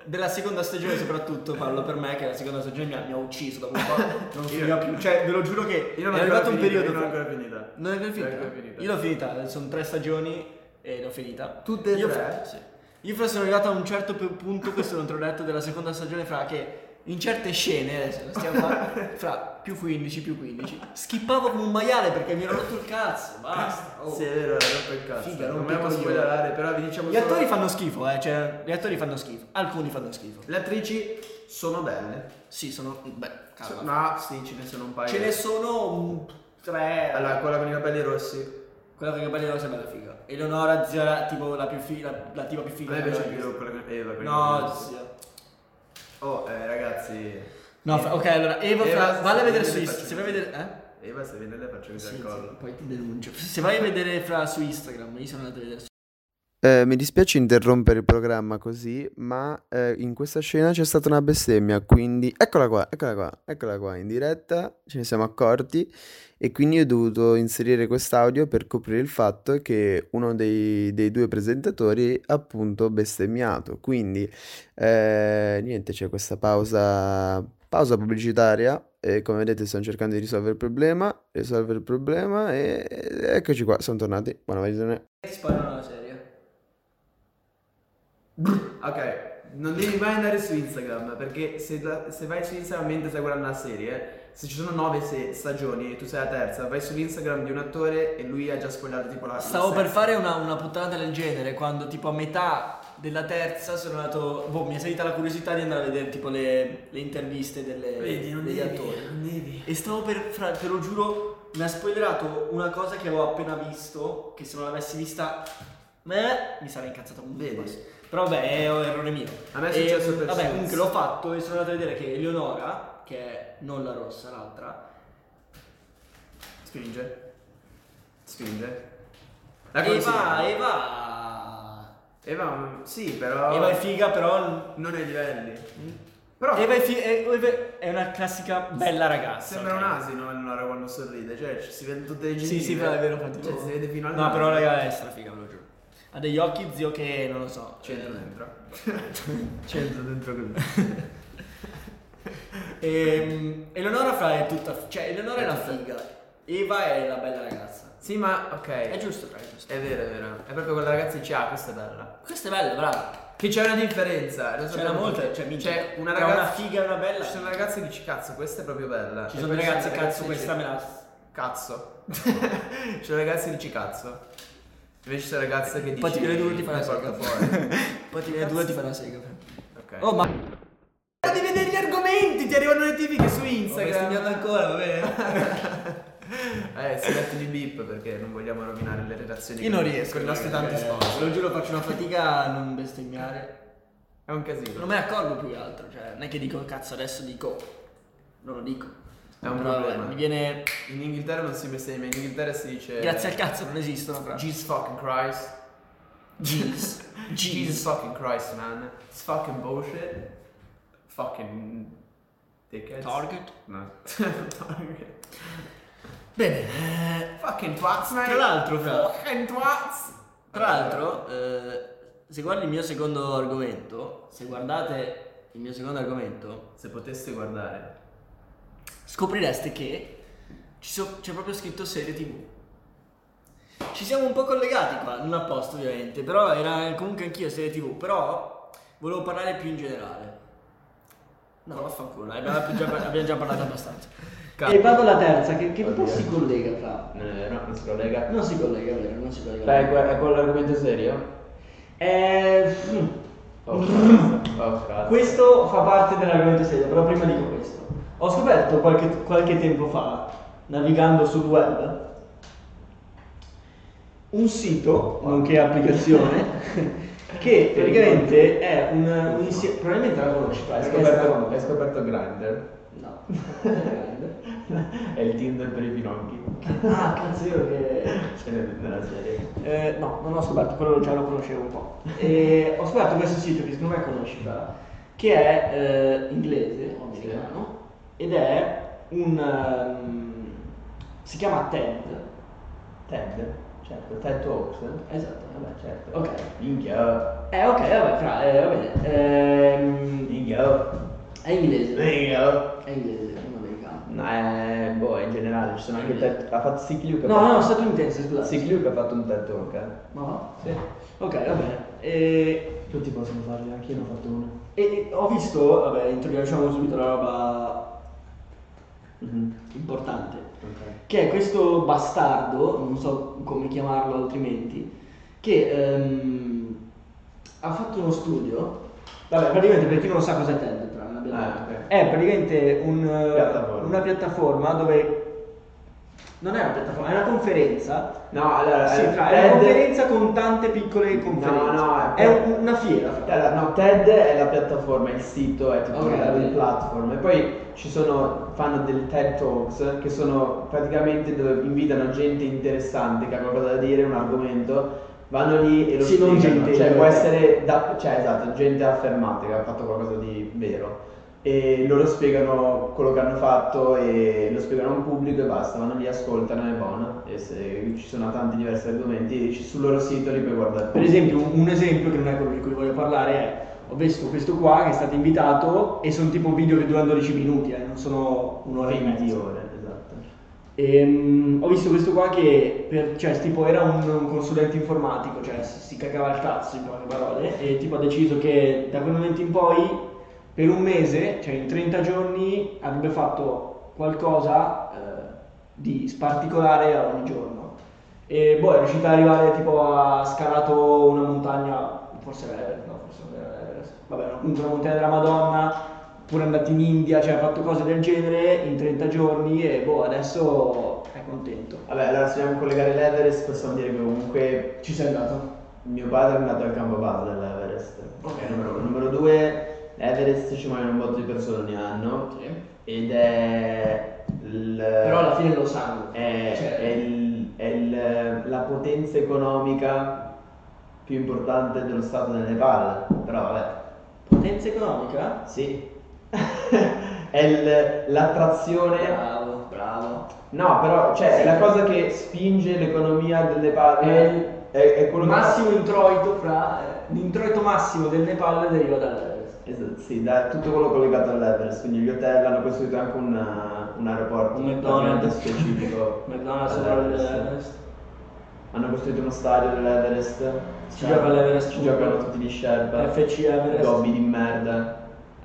C: della seconda stagione soprattutto, parlo per me che la seconda stagione mi ha, mi ha ucciso dopo un po', non finiva più, cioè ve lo giuro che
B: Io non
C: è
B: l'ho
C: arrivato un
B: ancora finita,
C: periodo...
B: io non l'ho
C: fra-
B: ancora finita.
C: Non è ancora
B: Non l'ho
C: finita?
B: ancora finita.
C: Io l'ho finita, sono tre stagioni e l'ho finita.
B: Tutte e
C: Io
B: tre?
C: fra- sì. Io fra sono arrivato a un certo pu- punto, questo non te l'ho detto, della seconda stagione fra che in certe scene, adesso non stiamo qua, fra più 15, più 15, schippavo come un maiale perché mi ero rotto il cazzo, basta. oh.
B: Sì, è vero, era per cazzo.
C: Figa,
B: non
C: non
B: vogliamo
C: picco io.
B: spoilerare, però vi diciamo
C: Gli
B: solo-
C: attori fanno schifo, eh, cioè, gli attori fanno schifo, alcuni fanno schifo.
B: Le attrici sono belle.
C: Sì, sono... beh, calma.
B: Ma sì, ce ne sono un paio.
C: Ce ne sono un- tre...
B: Allora, quella con i capelli rossi.
C: Quella con i capelli rosa è bella figa. Eleonora, zia, tipo la più figa, la, la tipa più
B: A
C: figa.
B: me
C: che
B: piace
C: abbia
B: più
C: visto.
B: quella con Eva. quella con i
C: No,
B: capelli rossi.
C: zia.
B: Oh, eh, ragazzi.
C: No, fra- ok, allora Eva,
B: Eva,
C: fra,
B: se
C: valla a
B: viene
C: vedere su
B: le
C: Instagram.
B: faccio
C: Se vai a
B: vedere.
C: vedere, eh?
B: Eva, se viene lei faccio vedere il collo.
C: poi ti denuncio. Se vai a vedere fra su Instagram, io sono andato a vedere su
F: Eh, mi dispiace interrompere il programma così, ma eh, in questa scena c'è stata una bestemmia, quindi eccola qua, eccola qua, eccola qua, in diretta ce ne siamo accorti e quindi ho dovuto inserire quest'audio per coprire il fatto che uno dei, dei due presentatori ha appunto bestemmiato. Quindi eh, niente, c'è questa pausa, pausa pubblicitaria e come vedete stanno cercando di risolvere il problema, risolvere il problema e eccoci qua, sono tornati, buona visione.
C: Sparano la serie.
B: Ok, non devi mai andare su Instagram perché se, la- se vai su Instagram mentre stai guardando la serie, se ci sono nove se- stagioni e tu sei la terza, vai su Instagram di un attore e lui ha già spoilerato tipo la la
C: Stavo per
B: sesta.
C: fare una, una puntata del genere quando tipo a metà della terza sono andato. Boh, mi è salita la curiosità di andare a vedere tipo le, le interviste delle,
B: Vedi, non
C: degli
B: devi,
C: attori.
B: non devi.
C: E stavo per, fra, te lo giuro, mi ha spoilerato una cosa che avevo appena visto, che se non l'avessi vista, beh, mi sarei incazzato un
B: Vedi?
C: po'. Però vabbè, è un errore mio.
B: A me è successo
C: E,
B: per
C: Vabbè,
B: Suits.
C: comunque l'ho fatto e sono andato a vedere che Eleonora, che è non la rossa, l'altra,
B: Spinge. Spinge. La
C: Eva,
B: consiglio.
C: Eva...
B: Eva, mm, sì, però
C: Eva è figa, però...
B: non ai livelli. Però
C: Eva è, fi- è- Eva è una classica bella ragazza.
B: sembra
C: ok?
B: un asino allora quando sorride, cioè ci si vede tutte le gengive.
C: Sì, sì, però è vero, infatti.
B: Cioè, si vede fino al
C: No,
B: naso.
C: però raga è strafiga, ve lo giuro. Ha degli occhi, zio, che non lo so.
B: C'entra
C: eh,
B: dentro. C'entra dentro così.
C: Ehm, Eleonora fra è tutta. Cioè, Eleonora è,
B: È
C: una
B: tutta-
C: figa. Eva è la bella ragazza.
B: Sì, ma ok.
C: È giusto, fra, è giusto.
B: È vero, è vero. È proprio quella ragazza che dice, ah, questa è bella.
C: Questa è bella, brava.
B: Che c'è una differenza. lo
C: C'era
B: sappiamo
C: molta.
B: tutti.
C: Cioè, minchia,
B: c'è una
C: tra
B: ragazza...
C: una figa e una bella.
B: Ci sono ragazze che dici, cazzo, questa è proprio bella.
C: Ci
B: E
C: sono
B: poi
C: delle
B: ci
C: ragazze,
B: sono
C: cazzo,
B: ragazze
C: questa
B: che
C: me
B: dici,
C: la.
B: Cazzo. ci sono ragazze che dici, cazzo. Invece ci sono ragazze che dici...
C: Poi ti viene due e ti fa
B: "Mi
C: una sega.
B: porta fuori.
C: Poi ti viene due e ti fa una sega.
B: Cioè,
C: fra.
B: ok.
C: Oh, ma.
B: Devi vedere gli argomenti, ti arrivano le notifiche su
C: Ho bestemmiato
B: Instagram.
C: ancora, va bene.
B: Eh, si mette di beep perché non vogliamo rovinare le relazioni
C: Io
B: con-
C: non riesco.
B: con i nostri tanti
C: perché,
B: sponsor.
C: Ve lo giuro, faccio una fatica a non bestemmiare.
B: È un casino.
C: Non me ne accorgo più che altro, cioè, non è che dico cazzo adesso dico. Non lo dico.
B: È un
C: Però,
B: problema.
C: vabbè, Mi viene.
B: In Inghilterra non si bestemmia, in Inghilterra si dice...
C: Grazie al cazzo non esistono, fra.
B: Jesus fucking Christ.
C: Jeans.
B: Jesus
C: Jeans.
B: fucking Christ, man. It's fucking bullshit. Fucking dickheads.
C: Target.
B: No. Target.
C: Bene. eh,
B: Fucking twats, man.
C: Tra l'altro, fra-
B: Fucking twats.
C: Tra l'altro, eh, se guardi il mio secondo argomento, se guardate il mio secondo argomento,
B: Se poteste guardare.
C: scoprireste che ci so- c'è proprio scritto serie tv. Ci siamo un po' collegati qua, non apposta ovviamente, però era comunque anch'io serie tv, però volevo parlare più in generale. No, vaffanculo, eh, abbiamo già, abbiamo già parlato abbastanza.
B: Cazzo. E
C: vado alla terza, che,
B: Oddio. si
C: collega fra?
B: Eh, no, non si collega.
C: Non si collega, vero? Non si collega.
B: quello l'argomento serio?
C: Eh,
B: Oh, oh cazzo.
C: questo fa parte dell'argomento serio, però prima dico questo. Ho scoperto qualche, qualche tempo fa, navigando sul web, un sito, nonché applicazione, Che praticamente è un, un insieme. Probabilmente la conosci,
B: Hai
C: fra, la
B: scoperto, hai
C: conosci.
B: scoperto Grindr?
C: No.
B: È il Tinder per i Cioè, finocchi.
C: ah, cazzo, io che.
B: Ce n'è nella serie.
C: Eh, no, non ho scoperto, quello già lo conoscevo un po'. E ho scoperto questo sito che secondo me conosci, Fra, che è eh, inglese o americano ed è un. ehm, si chiama TED.
B: Ted? Certo, Ted Talks? eh?
C: Esatto, vabbè,
B: Certo.
C: Ok.
B: Minchia. oh.
C: Eh, ok, vabbè, Fra, eh, va bene. Ehm,
B: Minchia. oh.
C: è inglese.
B: Minchia.
C: È inglese, non americano.
B: No, eh, boh, in generale ci sono anche Ted... Ha fatto Sicliu che ha
C: No, no,
B: fatto...
C: statunitense, scusate.
B: Sicliu che ha fatto un TED Talk, eh?
C: Ma va?
B: Sì.
C: Ok, va bene. E,
B: Tutti possono farli, anche io ne ho fatto uno.
C: e ho visto, vabbè, introduciamo subito la roba Mhm. importante.
B: Ok.
C: Che è questo bastardo, non so come chiamarlo altrimenti, che ehm, ha fatto uno studio. Vabbè, praticamente per chi non sa cos'è TED, però, non abbiamo
B: Ah,
C: detto.
B: ok.
C: è praticamente un, eh,
B: Piattaforma.
C: una piattaforma dove... Non è una piattaforma, è una conferenza
B: No, allora...
C: Sì,
B: eh,
C: fra, è una
B: TED-
C: conferenza con tante piccole conferenze.
B: No, no, ecco.
C: è
B: è-
C: un- una fiera. fra.
B: Allora, no, TED è la piattaforma, il sito è tipo
C: Ok,
B: una
C: ok.
B: platform e poi ci sono, fanno del TED Talks che sono praticamente dove invitano gente interessante che ha qualcosa da dire, un argomento, vanno lì e lo
C: Sì, non
B: spiegano,
C: gente-
B: cioè può essere, da- cioè esatto, gente affermata che ha fatto qualcosa di vero e loro spiegano quello che hanno fatto e lo spiegano a un pubblico e basta, vanno lì, ascoltano e buono e se ci sono tanti diversi argomenti ci- sul loro sito li puoi guardare.
C: Per esempio, un un esempio che non è quello di cui voglio parlare è ho visto questo qua che è stato invitato e sono tipo video che durano 12 minuti, eh, non sono un'ora e
B: 20
C: mezza.
B: ore, esatto.
C: Ehm, ho visto questo qua che per- cioè, tipo, era un, un consulente informatico, cioè si, si cagava il cazzo in poche parole, e tipo ha deciso che da quel momento in poi, per un mese, cioè in 30 giorni, avrebbe fatto qualcosa eh, di sparticolare a ogni giorno. E poi è riuscito ad arrivare, tipo ha scalato una montagna, forse era Everest, no, forse non era Everest, vabbè, comunque una montagna della Madonna, pure andato in India, cioè ha fatto cose del genere in 30 giorni e boh, adesso è contento.
B: Vabbè, allora se vogliamo collegare l'Everest possiamo dire che comunque
C: Ci sei andato?
B: mio padre è andato al campo base dell'Everest.
C: Ok.
B: Numero, numero due, l'Everest ci muoiono un botto di persone ogni anno. Ed è il-
C: Però alla fine lo sanno.
B: è,
C: Cioè-
B: è il- è il- la potenza economica più importante dello stato del Nepal. Però vabbè.
C: Potenza economica?
B: Sì. è il- l'attrazione
C: Bravo, bravo.
B: No, però, cioè,
C: Sì.
B: è la cosa che spinge l'economia del Nepal
C: Eh.
B: è, è, è quello
C: massimo introito fra... eh, L'introito massimo del Nepal deriva dall'Everest.
B: che... Esatto, sì, da tutto quello collegato all'Everest, quindi gli hotel hanno costruito anche un, uh, un aeroporto
C: Un McDonald's.
B: praticamente specifico.
C: McDonald's sopra
B: all'Everest.
C: l'Everest.
B: Hanno costruito uno stadio dell'Everest.
C: Si gioca all'Everest
B: Ci
C: Cup.
B: giocano tutti gli Sherpa.
C: FC Everest.
B: Gobbi di merda.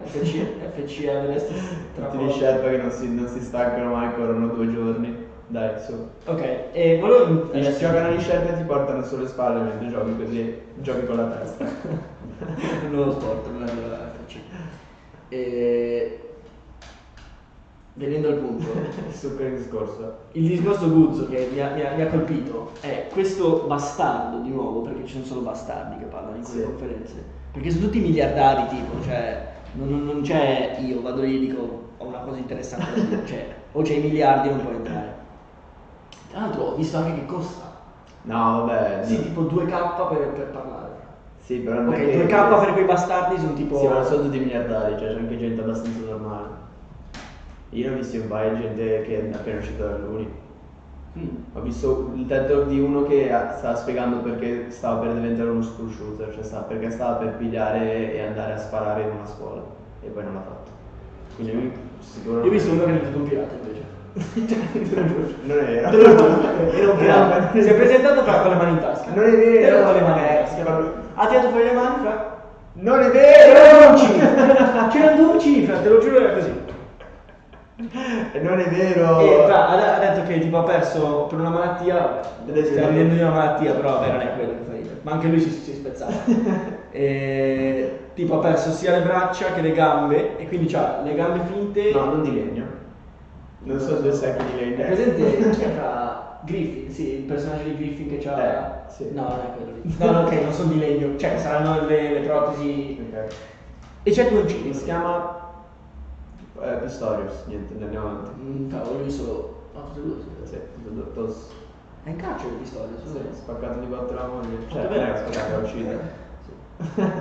C: FC, FC Everest. tra
B: Tutti
C: poco.
B: gli Sherpa che non si, non si stancano mai, corrono due giorni. Dai, su.
C: Ok, e volevo...
B: Gli giocano gli Sherpa e ti portano sulle spalle mentre giochi così, giochi con la testa.
C: un nuovo sport, non è la FC. cioè. E... Venendo al punto,
B: su quel discorso.
C: il discorso Guzzo che mi ha, mi ha- mi ha colpito è questo bastardo di nuovo, perché ci sono solo bastardi che parlano in quelle
B: Sì.
C: conferenze, perché sono tutti miliardari tipo, cioè non, non- non c'è io, vado lì e dico ho una cosa interessante da dire, cioè o c'è i miliardi non puoi entrare. Tra l'altro ho visto anche che costa,
B: No, vabbè.
C: sì
B: no.
C: tipo 2k per, per parlare.
B: Sì, però Eh, non
C: Ok,
B: è che...
C: 2k per quei bastardi sono tipo...
B: Sì, ma non sono tutti miliardari, cioè c'è anche gente abbastanza normale. Io ne ho visto un paio di gente che è appena uscita dall'uni.
C: Mm.
B: Ho visto il TED Talk di uno che ha- stava spiegando perché stava per diventare uno school shooter, cioè stava- perché stava per pigliare e andare a sparare in una scuola. E poi non l'ha fatto. Quindi lui
C: Io
B: sicuramente...
C: ho visto uno che è diventato un pirata invece.
B: Non è vero.
C: Era un pirata.
B: No,
C: Si è presentato fra con le mani in tasca.
B: Non è vero.
C: Era con le mani in
B: Eh,
C: tasca.
B: si parla-
C: Ha tirato fuori le mani fra.
B: Non è
C: C'erano
B: vero!
C: dolci! C'erano dolci fra, te lo giuro era così.
B: Non è vero!
C: E fra ha, ha detto che tipo ha perso per una malattia.
B: Adesso
C: Sta
B: no.
C: ridendo di una malattia, però vabbè, non è quello che fa ridere. Ma anche lui si, si spezzava. E, tipo ha perso sia le braccia che le gambe. E quindi ha le gambe finte.
B: No, non di legno. Non so due sacchi di
C: È
B: legno.
C: presente c'è fra Griffin, sì, il personaggio di Griffin che c'ha...
G: Eh, sì.
C: No, non è quello lì. No, no, ok, non sono di legno. Cioè, saranno le, le protesi...
G: Ok.
C: E c'è tuo
G: Come si
C: Gini.
G: chiama? Eh, Pistorius, niente, andiamo avanti.
C: Mm, Cavolo, lui solo... Ma cosa lui?
G: Sì, do- tos.
C: È in carcere di storia,
G: Sì, spaccato di quattro la moglie.
C: Fatto
G: Cioè,
C: bene.
G: non è spaccato, l'ha uccisa.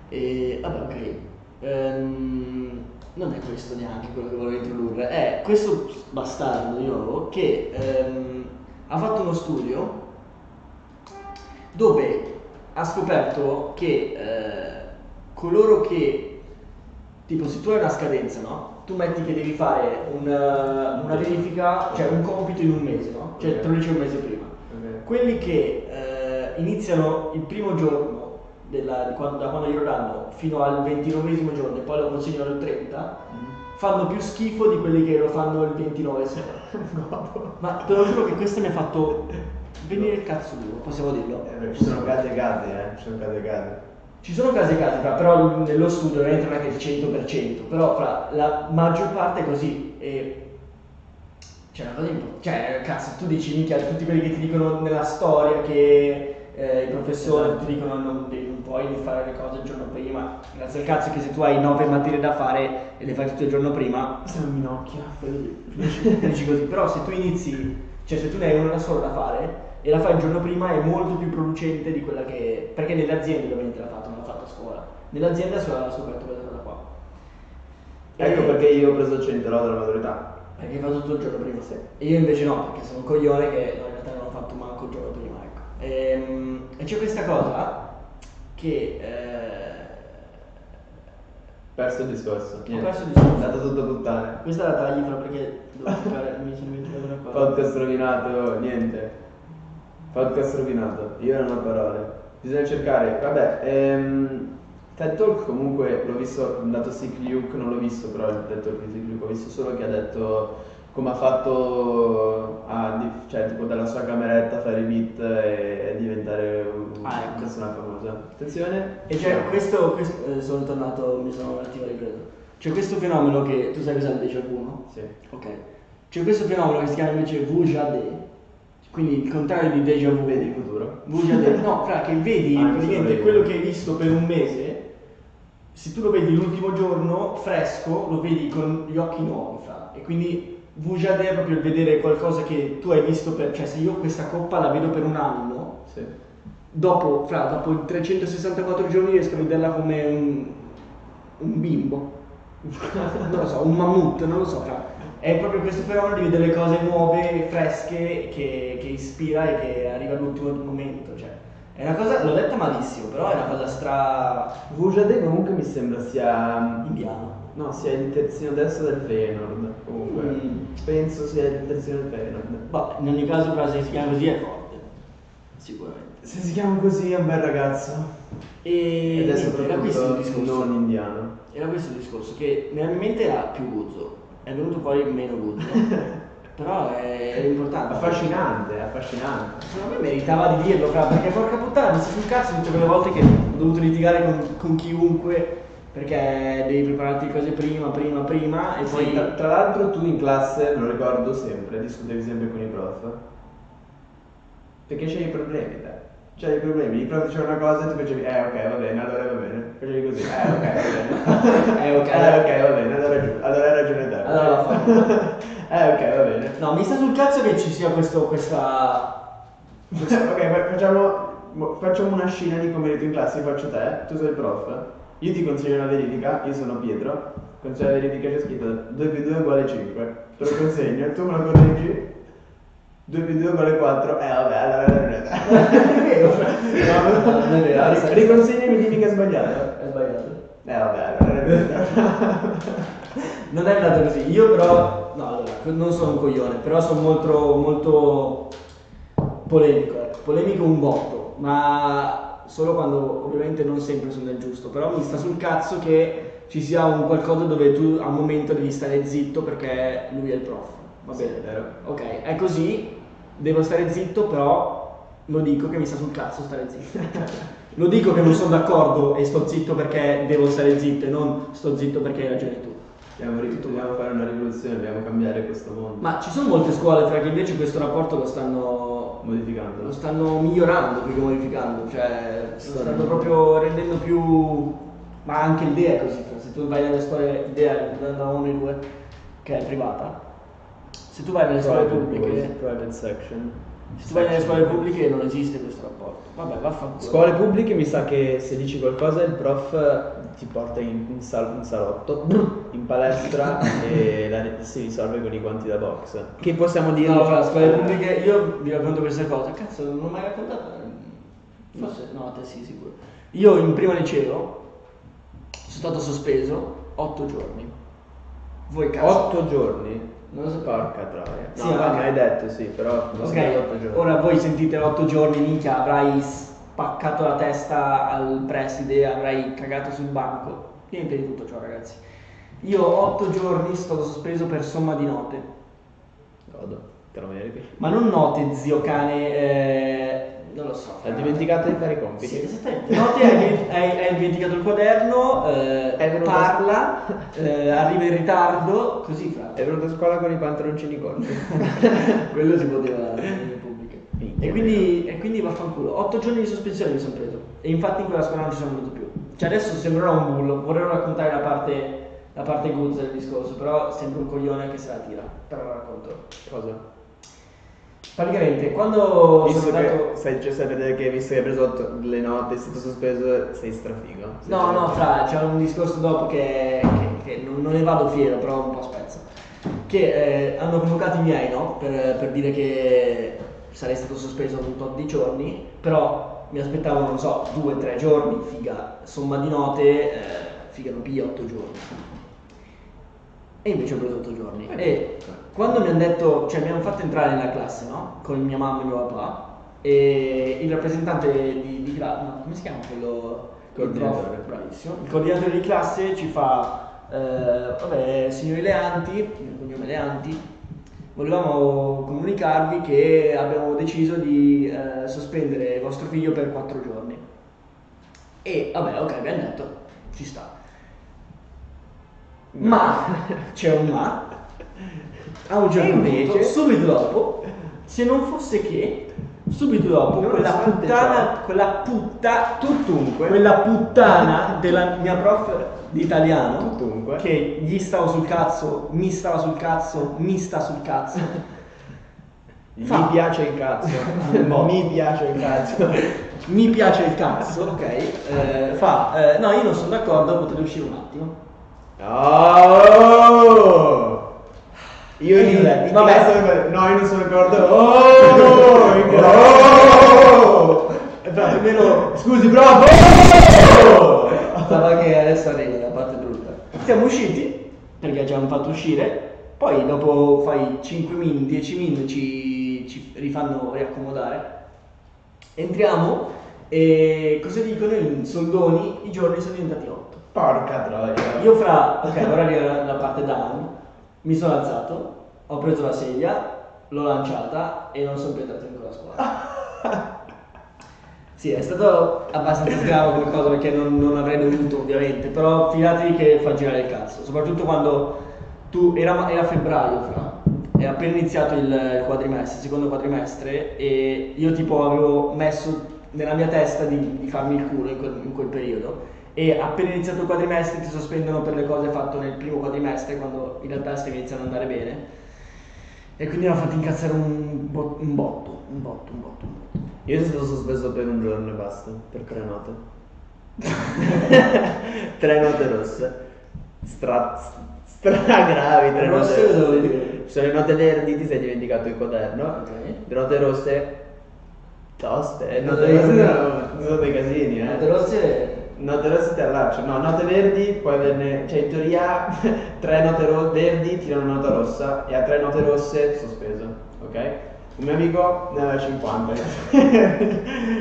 C: e vabbè, ok. Ehm, non è questo neanche quello che volevo introdurre. È questo bastardo di nuovo che ehm, ha fatto uno studio dove ha scoperto che eh, coloro che tipo se tu hai una scadenza, no? Tu metti che devi fare un, eh, una verifica, cioè un compito in un mese, no? Cioè te lo dice un mese prima
G: Ok.
C: quelli che eh, iniziano il primo giorno della- di quando- da quando glielo danno fino al 29 giorno e poi lo consegnano il 30 fanno più schifo di quelli che lo fanno il 29 ma te lo giuro che questo mi ha fatto venire il cazzo duro possiamo dirlo
G: Eh, beh, Ci sono case e case, eh, ci sono case e case.
C: ci sono casi e casi, fra, però nello studio ovviamente non è che il 100%, però fra, la maggior parte è così. E... Cioè, una cosa impo- cioè, cazzo, tu dici, minchia, tutti quelli che ti dicono nella storia che eh, i professori ti dicono non, devi- non puoi fare le cose il giorno prima, grazie al cazzo che se tu hai nove materie da fare e le fai tutto il giorno prima, sei un minocchio, dici dici così, però se tu inizi, cioè se tu ne hai una sola da fare e la fai il giorno prima è molto più producente di quella che... perché nelle aziende ovviamente l'ha fatto, non l'ha fatto a scuola, nell'azienda si ha scoperto questa cosa qua. Eh,
G: Ecco
C: E-
G: perché io ho preso il centro della maturità.
C: perché fa tutto il giorno prima, sì. E io invece no, perché sono un coglione che no, in realtà non ho fatto manco il giorno prima, ecco. Ehm, E, c'è questa cosa che... eh,
G: Perso il discorso. Niente.
C: perso il discorso.
G: È andato tutto a puttane.
C: Questa la tagli fra perché devo toccare, mi sono dimenticato una cosa.
G: Podcast rovinato, niente. Podcast rovinato, io non ho parole. Bisogna cercare, vabbè, ehm, TED Talk comunque l'ho visto, dato Sick Luke non l'ho visto però il TED Talk di Sick Luke, ho visto solo che ha detto come ha fatto a, di- cioè tipo dalla sua cameretta fare i beat e, e diventare un,
C: Ah, ecco.
G: una persona famosa. Attenzione.
C: E c'è questo, questo- eh, sono tornato, mi sono un attimo ripreso. C'è questo fenomeno che, tu sai cos'è il déjà vu, no?
G: Sì.
C: Ok. C'è questo fenomeno che si chiama invece Vuja quindi il contrario di déjà vu.
G: Vedi il futuro.
C: Vuja no, fra che vedi
G: Ah, questo lo
C: praticamente
G: vedo.
C: quello che hai visto per un mese, se tu lo vedi l'ultimo giorno fresco, lo vedi con gli occhi nuovi, fra. E quindi Vuja è proprio il vedere qualcosa che tu hai visto per, cioè se io questa coppa la vedo per un anno,
G: Sì.
C: dopo, fra, dopo i 364 giorni riesco a vederla come un, un bimbo, non lo so, un mammut, non lo so, fra. È proprio questo fenomeno di vedere cose nuove, fresche, che, che ispira e che arriva all'ultimo momento, cioè. È una cosa, l'ho detta malissimo, però è una cosa stra...
G: Vujade comunque mi sembra sia
C: indiana.
G: No, sia il terzino destro del Feyenoord. Comunque,
C: Mm.
G: penso sia il terzino del Feyenoord.
C: Boh, in ogni caso, però, se si chiama così è forte, sicuramente.
G: Se si chiama così è un bel ragazzo.
C: E
G: Ed è
C: niente, era questo il
G: soprattutto
C: discorso.
G: non indiano.
C: Era questo il discorso, che nella mia mente era più guzzo, è venuto fuori meno guzzo. Però è, è importante.
G: Affascinante, affascinante.
C: Secondo me meritava di dirlo, fra, perché porca puttana, mi sta sul cazzo tutte quelle volte che ho dovuto litigare con, con chiunque, perché devi prepararti le cose prima, prima, prima, e poi...
G: Poi, tra, tra l'altro, tu in classe, me lo ricordo sempre, discutevi sempre con i prof. Perché c'hai i problemi, te. C'hai i problemi, i prof dicevano una cosa e tu facevi, eh ok, va bene, allora va bene. Facevi così, eh ok, va bene.
C: Eh, ok.
G: eh, ok, va bene, allora, hai ragione- allora hai ragione te.
C: Allora la fa.
G: eh ok, va bene.
C: No, mi sta sul cazzo che ci sia questo, questa...
G: ok, fa- facciamo, mo- facciamo una scena di come eri tu in classe, io faccio te, tu sei il prof, io ti consiglio una verifica, io sono Pietro, consiglio la verifica c'è scritto 2 più 2 uguale 5, te lo consegno, tu me lo correggi, 2 più 2 uguale 4, eh vabbè, allora non è
C: è vero, fra.
G: vero.
C: No, non è vero,
G: Allora,
C: sai-
G: Riconsegna e mi dici che è sbagliato.
C: È sbagliato.
G: Eh vabbè, allora non è vero.
C: Non è andato così, io però, no, allora, non sono un coglione, però sono molto, molto polemico, ecco. polemico un botto, ma solo quando ovviamente non sempre sono nel giusto, però mi sta sul cazzo che ci sia un qualcosa dove tu a un momento devi stare zitto perché lui è il prof, va
G: Sì,
C: bene?
G: è vero.
C: Ok, è così, devo stare zitto, però lo dico che mi sta sul cazzo stare zitto. lo dico che non sono d'accordo e sto zitto perché devo stare zitto e non sto zitto perché hai ragione tu.
G: Dobbiamo, ri- dobbiamo fare una rivoluzione, dobbiamo cambiare questo mondo.
C: Ma ci sono molte scuole fra che invece questo rapporto lo stanno, lo
G: Modificandolo.
C: stanno migliorando più che modificando, cioè lo
G: Stanno-
C: stanno proprio rendendo più... ma anche l'idea è così, fra. se tu vai nelle scuole idea da 1 e 2, che è privata, se tu vai nelle scuole pubbliche,
G: Private section.
C: se tu vai nelle scuole pubbliche non esiste questo rapporto, vabbè vaffanculo.
G: Scuole pubbliche mi sa che se dici qualcosa il prof eh, ti porta in un, sal- un salotto, in palestra e la re- si risolve con i guanti da box. Che possiamo dire?
C: No, fra, scuole pubbliche, io vi racconto questa cosa, cazzo, non l'ho mai raccontata. Forse
G: Mm.
C: no, a te sì, sicuro. Io in primo liceo sono stato sospeso 8 giorni. Voi cazzo.
G: 8 giorni?
C: Non lo so
G: Porca troia.
C: Sì,
G: No, no,
C: vabbè.
G: mi hai detto sì, però non sono 8
C: Ok,
G: giorni.
C: ora voi sentite 8 giorni, minchia, avrai spaccato la testa al preside, avrai cagato sul banco. Niente di tutto ciò, ragazzi. Io 8 giorni sono stato sospeso per somma di note.
G: Godo, te lo meriti.
C: Ma non note, zio cane, eh, non lo so.
G: Hai
C: fra-
G: dimenticato di fare i compiti?
C: Sì, esattamente. No, te hai, hai- hai dimenticato il quaderno, eh,
G: È venuto-
C: parla, eh, arriva in ritardo, così fra.
G: È venuto a scuola con i pantaloncini corti.
C: Quello si poteva in pubblica.
G: Minchia,
C: E quindi, e quindi vaffanculo. Otto giorni di sospensione mi sono preso. E infatti in quella scuola non ci sono venuto più. Cioè adesso sembrerò un bullo, vorrei raccontare la parte, la parte guzza del discorso, però sembro un coglione che se la tira. Però la racconto.
G: Cosa?
C: Praticamente, quando
G: Visto
C: sono andato...
G: che sai, già sai vedere che visto che hai preso otto- le note, sei stato sospeso, sei strafigo. Sei
C: No, no, fra,
G: strafigo.
C: c'è un discorso dopo che, che- che non, non ne vado fiero, però un po' spezzo. Che eh, hanno convocato i miei, no? Per, per dire che sarei stato sospeso un tot di giorni, però mi aspettavo, non so, due, tre giorni, figa, somma di note, eh, figa non piglia otto giorni. E invece ho preso otto giorni. E quando mi hanno detto, cioè mi hanno fatto entrare nella classe, no? Con mia mamma e mio papà. E il rappresentante di, di cla- no, come si chiama quello? il prof?
G: Coordinatore.
C: bravissimo. Il coordinatore di classe ci fa, eh, vabbè, signori Leanti, il cognome Leanti, volevamo comunicarvi che abbiamo deciso di eh, sospendere vostro figlio per quattro giorni. E vabbè, ok, abbiamo detto, ci sta. Ma c'è un ma. A un certo
G: E invece-
C: punto, subito dopo, se non fosse che, subito dopo, quella
G: Nonostante
C: puttana, quella putta,
G: Tuttunque.
C: quella puttana della mia prof di italiano,
G: Tuttunque.
C: che gli stava sul cazzo, mi stava sul cazzo, mi sta sul cazzo.
G: Mi piace il cazzo. Mi piace il cazzo.
C: mi piace il cazzo, ok? eh, fa, eh, no, io non sono d'accordo, potete uscire un attimo.
G: Oh! Io in, in
C: Vabbè.
G: classe sono d'accordo. No, io non sono d'accordo. Oh! In classe- Oh!
C: Infatti, almeno
G: Scusi, bravo! Oh!
C: Stava che adesso arriva la parte brutta. Siamo usciti perché ci hanno fatto uscire. Poi dopo fai 5 min, 10 min ci, ci rifanno riaccomodare. Entriamo e cosa dicono in soldoni? I giorni sono diventati 8.
G: Porca troia.
C: Io fra, ok, ora arriva la- la parte down, mi sono alzato, ho preso la sedia, l'ho lanciata e non sono più entrato in quella scuola. Sì, è stato abbastanza grave come cosa perché non, non avrei dovuto ovviamente, però fidatevi che fa girare il cazzo, soprattutto quando tu, era, era febbraio fra, era appena iniziato il, il quadrimestre, il secondo quadrimestre e io tipo avevo messo nella mia testa di, di farmi il culo in quel, in quel periodo e appena iniziato il quadrimestre ti sospendono per le cose fatte nel primo quadrimestre quando in realtà stai iniziando ad andare bene e quindi mi hanno fatto incazzare un, bo- un botto, un botto, un botto, un botto.
G: Io sono stato sospeso per un giorno e basta, per tre note. tre note rosse. Stra, stra gravi, tre
C: Rosse
G: note
C: cosa vuol dire?
G: Ci sono le note verdi, ti sei dimenticato il quaderno.
C: Ok.
G: Le note rosse toste. Le
C: Note
G: note Eh, rosse
C: verdi.
G: sono, sono dei casini,
C: Eh,
G: eh.
C: te lo se-
G: Note rosse ti allaccio. No, note verdi, puoi averne. Cioè in teoria tre note ro- verdi tirano una nota rossa e a tre note rosse sospeso, ok? Un mio amico ne aveva 50.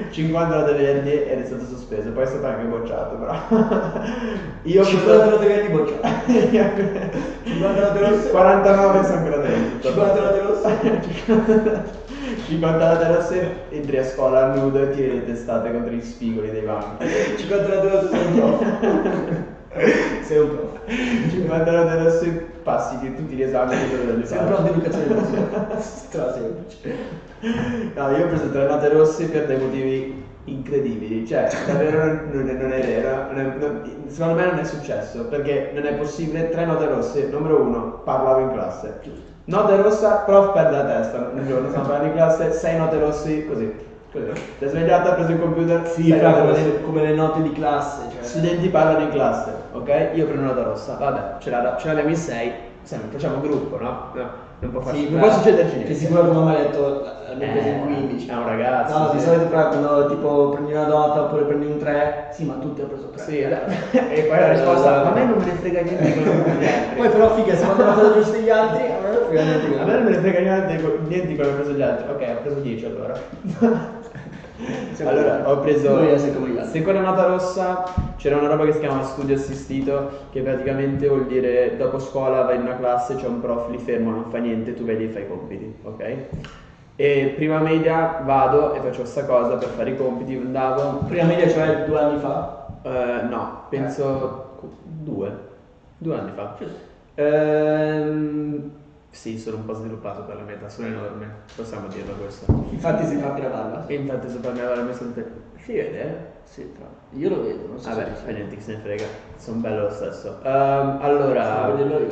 G: 50 note verdi ed è stato sospeso, poi è stato anche bocciato, però. Io
C: 50 note verdi bocciate. 50 note rosse.
G: 49 sono ancora dentro.
C: 50 note rosse.
G: 50 note rosse entri a scuola nudo e ti tiri le testate contro gli spigoli dei banchi.
C: 50 note rosse sono un po'.
G: Sei un pro. Ci mandano dei rossi passi che tutti li esamini quello delle
C: Sei un pro di educazione musica.
G: Stra semplice. No, io ho preso tre note rosse per dei motivi incredibili. Cioè, davvero non, non è- non è vero. non è- non- secondo me non è successo. Perché non è possibile. Tre note rosse. Numero uno, parlavo in classe. Nota rossa, prof perde la testa. Un giorno stiamo parlando in classe, sei note rosse, così. Così. Si è svegliata, ha preso il computer,
C: Sì,
G: sei
C: fra,
G: note
C: come,
G: rosse.
C: le, come le note di classe, cioè.
G: Studenti parlano in classe, ok? Io prendo nota rossa, vabbè, ce, la, ce l'abbiamo in 6, sempre facciamo gruppo, no? No, non può, farci,
C: Sì,
G: non
C: fra,
G: può succederci
C: Che
G: niente.
C: sicuro come mi ha detto l'abbiamo preso in
G: Eh,
C: 15.
G: è un ragazzo,
C: No, di
G: sì.
C: solito però quando tipo prendi una nota oppure prendi un 3, sì, ma tutti hanno preso 3.
G: Sì, eh. e poi la risposta, ma a me non me ne frega niente di quello che fanno gli altri.
C: Poi però figa, se mandano la cosa giusta degli altri, a me non frega niente
G: A me non me ne frega niente, di- niente di quello che ho preso gli altri. Ok, ho preso 10 allora. allora, ho preso...
C: Noi essere come gli altri.
G: Seconda nota rossa, c'era una roba che si chiama studio assistito, che praticamente vuol dire dopo scuola vai in una classe, c'è un prof, li fermo, non fa niente, tu vai lì e fai i compiti, ok? E prima media vado e faccio sta cosa per fare i compiti, andavo...
C: Prima media, cioè due anni fa.
G: eh, no, penso cu- due, due anni fa. Ehm, sì, sono un po' sviluppato per la metà, sono enorme, possiamo dirlo questo.
C: Infatti si fa a pirapalla.
G: E infatti sopra me aveva messo il telefono. Si vede? eh?
C: Sì, tra. Io lo vedo, non so
G: Vabbè,
C: se
G: fa niente, chi se ne frega, sono bello lo stesso. Ehm, allora,
C: Sono bello io.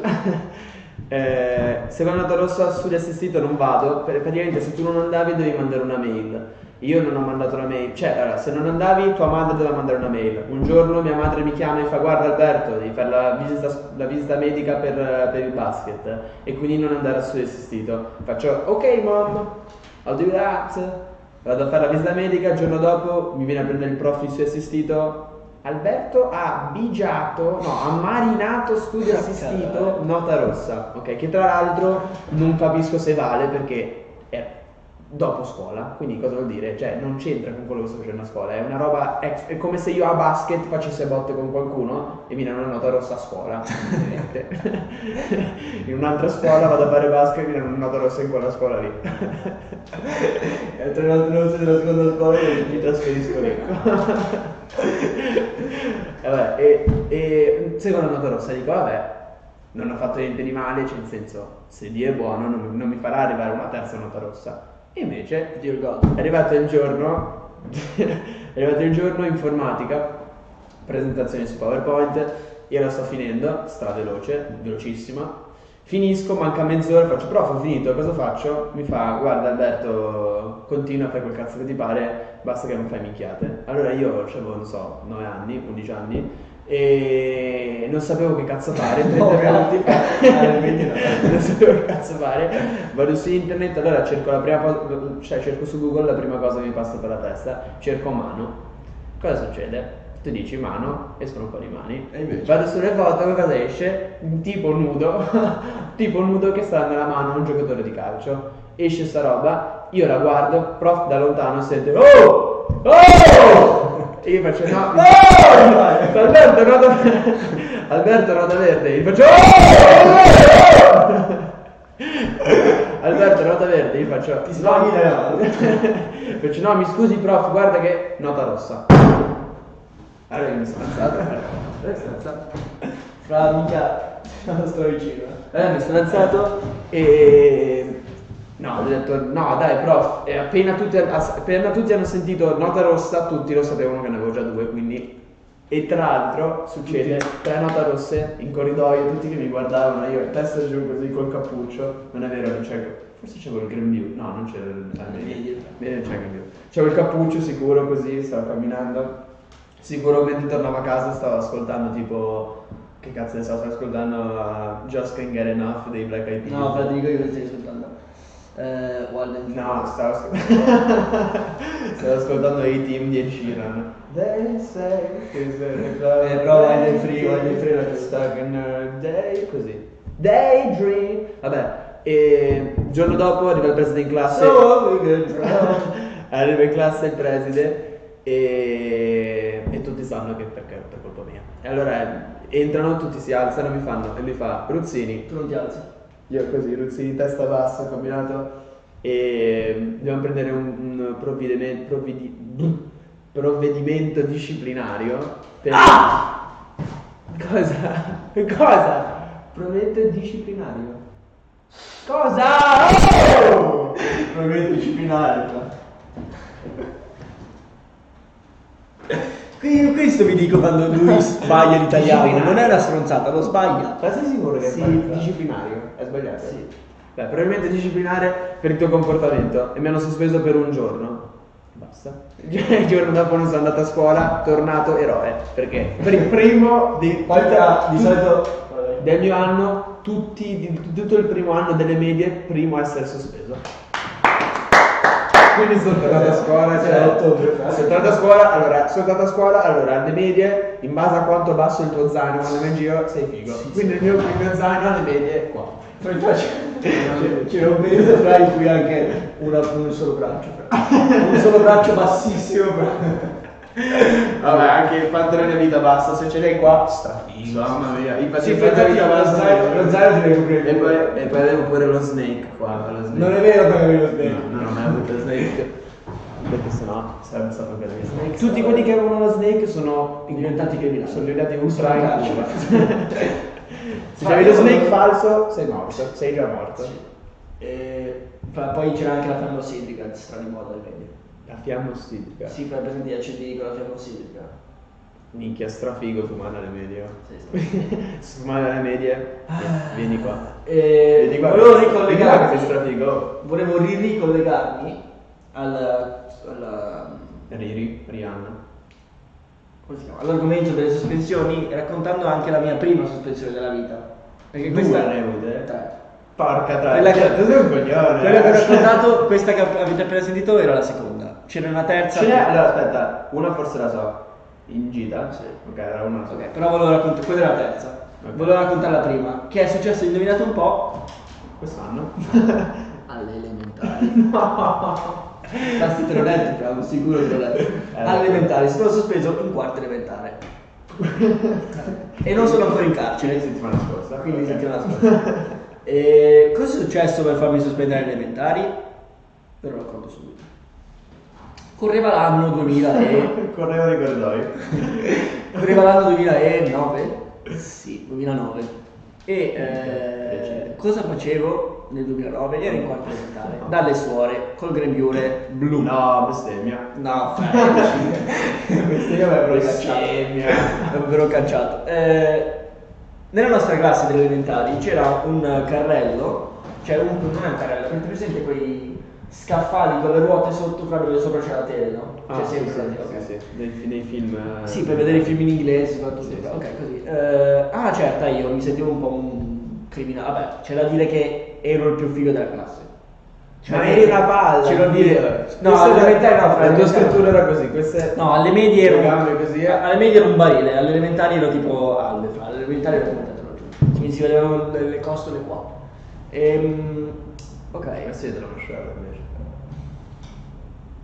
G: eh, seconda nota rossa studio assistito non vado, per- praticamente se tu non andavi devi mandare una mail. Io non ho mandato la mail, cioè allora, se non andavi tua madre doveva mandare una mail. Un giorno mia madre mi chiama e fa guarda Alberto, devi fare la visita, la visita medica per, per il basket e quindi non andare a studio assistito. Faccio ok mom, I'll do that. Vado a fare la visita medica, il giorno dopo mi viene a prendere il prof di studio assistito. Alberto ha bigiato, no, ha marinato studio assistito, nota rossa, ok? Che tra l'altro non capisco se vale perché è dopo scuola, quindi cosa vuol dire? Cioè non c'entra con quello che sto facendo a scuola, è una roba, ex- è come se io a basket facessi a botte con qualcuno e mi danno una nota rossa a scuola, Niente. in un'altra scuola vado a fare basket e mi danno una nota rossa in quella scuola lì. e tra l'altro non della seconda scuola e mi trasferisco lì. Eh, Vabbè, e, e seconda nota rossa dico, vabbè, non ho fatto niente di male, cioè nel senso, se Dio è buono non, non mi farà arrivare una terza nota rossa. E invece, Dio è arrivato il giorno, è arrivato il giorno informatica, presentazione su PowerPoint, io la sto finendo, straveloce, velocissima. Finisco, manca mezz'ora, faccio prof, ho finito, cosa faccio? Mi fa, guarda Alberto, continua, fai quel cazzo che ti pare, basta che non fai minchiate. Allora io avevo, non so, 9 anni, 11 anni, e non sapevo che cazzo fare, 30 minuti Eh,
C: Ah, quindi no.
G: non sapevo che cazzo fare. Vado su internet, allora cerco la prima cosa, cioè cerco su Google la prima cosa che mi passa per la testa, cerco mano. Cosa succede? Tu dici mano, escono un po' di mani.
C: E invece?
G: Vado sulle foto, che cosa esce? Un tipo nudo, tipo nudo che sta nella mano a un giocatore di calcio. Esce sta roba, io la guardo, prof da lontano sente Oh! Oh! E io faccio no, no! Alberto roda Alberto roda verde, io faccio "Oh! Oh! Oh!" Alberto nota verde, io faccio. Ti
C: sbagli le note.
G: faccio no, mi scusi prof, guarda che nota rossa. Allora io mi sono alzato. eh, sono alzato.
C: Fra, minchia, sono sto vicino. eh.
G: Allora mi sono alzato e. No, ho detto no, dai prof, e appena tutti, ass- appena tutti hanno sentito nota rossa, tutti lo sapevano che ne avevo già due, quindi. E tra l'altro succede tre note rosse in corridoio, tutti che mi guardavano, io testa giù così col cappuccio. Non è vero, non c'è il cap- Forse c'avevo il Green View. No, non c'era il ah,
C: View.
G: Bene, non c'è il Green View. C'avevo il cappuccio sicuro così, stavo camminando. Sicuro mentre tornavo a casa stavo ascoltando tipo. Che cazzo ne so, stavo ascoltando uh, Just Can't Get Enough dei Black Eyed Peas.
C: No, fra, ti dico io che stai ascoltando. Eh, Walden.
G: No, stavo ascoltando. stavo ascoltando i team di Ed Sheeran. They say it's a club.
C: Eh, però voglio il free, voglio il free, voglio il
G: stuck in a day, così. Daydream. Vabbè, e il giorno dopo arriva il preside in classe.
C: So we could drown.
G: arriva in classe il preside e, e tutti sanno che perché per colpa mia. E allora eh, entrano, tutti si alzano, mi fanno e mi fa Ruzzini,
C: Tu non ti alzi.
G: io così, ruzzini testa bassa, combinato.
H: ehm,
G: E dobbiamo prendere un, un provvedime- provvedi- provvedimento disciplinare per... Cosa? Cosa? Prometto disciplinario. Cosa? Oh!
C: Prometto disciplinare.
H: Qui- Questo vi dico quando lui sbaglia l'italiano, non è una stronzata, lo sbaglia.
G: Ma sei sicuro che è
H: Sì,
G: sbagliato? disciplinario? È sbagliato?
H: Sì.
G: Beh, probabilmente disciplinare per il tuo comportamento e mi hanno sospeso per un giorno. Basta. Il giorno dopo non sono andato a scuola, tornato eroe. Perché? Per il primo di,
C: Quanta-
G: tutta-
C: di solito-
G: del mio anno, tutti, di tutto il primo anno delle medie, primo a essere sospeso. Quindi sono tornato a scuola, cioè,
H: Certo, perfetto.
G: sono tornato a scuola, allora, sono tornato a scuola, allora, alle medie, in base a quanto basso il tuo zaino quando vai in giro, sei figo. Quindi il mio primo zaino alle medie, qua.
H: Poi poi c'è- C'era un periodo fra in cui anche una- un solo braccio, fra. un solo braccio bassissimo. fra.
B: Vabbè, anche il pantalone a vita bassa, se ce l'hai qua, strafigo. Mamma mia, il pantalone
G: Sì,
B: a
G: infatti,
B: vita
G: lo
B: bassa.
G: zaino-
H: Lo zaino ti devi
B: E
H: prendere.
B: poi, e poi avevo pure lo snake qua, lo snake.
H: Non è vero che avevi lo
B: No,
H: sbaglio.
B: non ho mai avuto lo snake.
G: Perché sennò sarebbe stato per me. Tutti quelli che avevano la Snake sono
H: Diventati criminali.
G: Sono diventati ultra
H: Sono
G: in
H: in
G: Cuba. Se avevi lo Snake falso, sei morto. Sei già morto.
C: Eh, fra- poi c'era anche la fiamma sindica, strana moda alle medie.
G: La fiamma ossidrica.
C: Sì, fra presente gli accendi con la fiamma sindica.
G: Minchia, strafigo fumare alle medie.
C: Sì, sì.
G: fumare alle medie.
C: Ah.
G: Vieni qua.
C: Eh,
G: Vieni qua.
C: volevo
G: Vieni qua che
C: ricollegarmi.
G: sei strafigo.
C: Volevo ricollegarmi alla, alla-
G: Riri, Rihanna.
C: come si chiama? all'argomento delle sospensioni, raccontando anche la mia prima sospensione della vita. Perché
G: Due eh.
C: questa
G: ne avete?
C: Tre.
G: Porca
C: Quella che-
G: testa. Tu sei un coglione. eh.
C: Quella che ho raccontato, questa che avete appena sentito, era la seconda. C'era una terza.
G: Ce n'è? Allora, aspetta, una forse la so. In gita?
C: Sì.
G: Ok, era una la so.
C: Ok, però volevo raccontare. Quella era la terza.
G: Ok.
C: Volevo raccontare la prima, che è successo, indovinate un po',
G: Quest'anno?
C: alle elementari. Basta te l'ho detto, bravo, sicuro te l'ho detto.
G: Eh,
C: Alle elementari, sono sospeso in quarta elementare. e non sono ancora in carcere.
G: Cioè, settimana scorsa.
C: Quindi
G: Ok.
C: settimana scorsa. E cosa è successo per farmi sospendere alle elementari? Ve lo racconto subito. Correva l'anno 2000 e...
G: Correvo dei corridoi.
C: Correva l'anno 2009? Sì, 2009. E eh, cosa facevo nel 2009? Ero in quarta elementare, dalle suore, col grembiule blu.
G: No, bestemmia.
C: No, fai.
G: bestemmia mi avrebbero cacciato.
C: Avrebbero cacciato. Eh, nella nostra classe delle elementari c'era un carrello, cioè un, non è un carrello, avete presente quei scaffali con le ruote sotto fra dove sopra c'è la tele, no? C'è
G: Ah, sì,
C: sempre la
G: sì,
C: tele, ok.
G: sì, sì. Nei, nei film... eh,
C: Sì, per vedere i film in inglese, soprattutto.
G: Sì, sì.
C: Ok, così. Eh, ah, certo, io mi sentivo un po' un criminale. Vabbè, c'è da dire che ero il più figo della classe. Cioè,
G: Ma eri una palla.
C: C'è da dire. No,
G: Questa era-
C: all'elementare no, fra
G: La tua
C: elementari-
G: struttura era così, queste...
C: No, alle medie ero.
G: Le gambe così, eh.
C: Alle medie ero un barile, alle elementari ero tipo Albe, fra alle elementari ero come te Quindi si vedevano le, le costole qua. Ehm, ok.
G: Questa è tralasciata invece.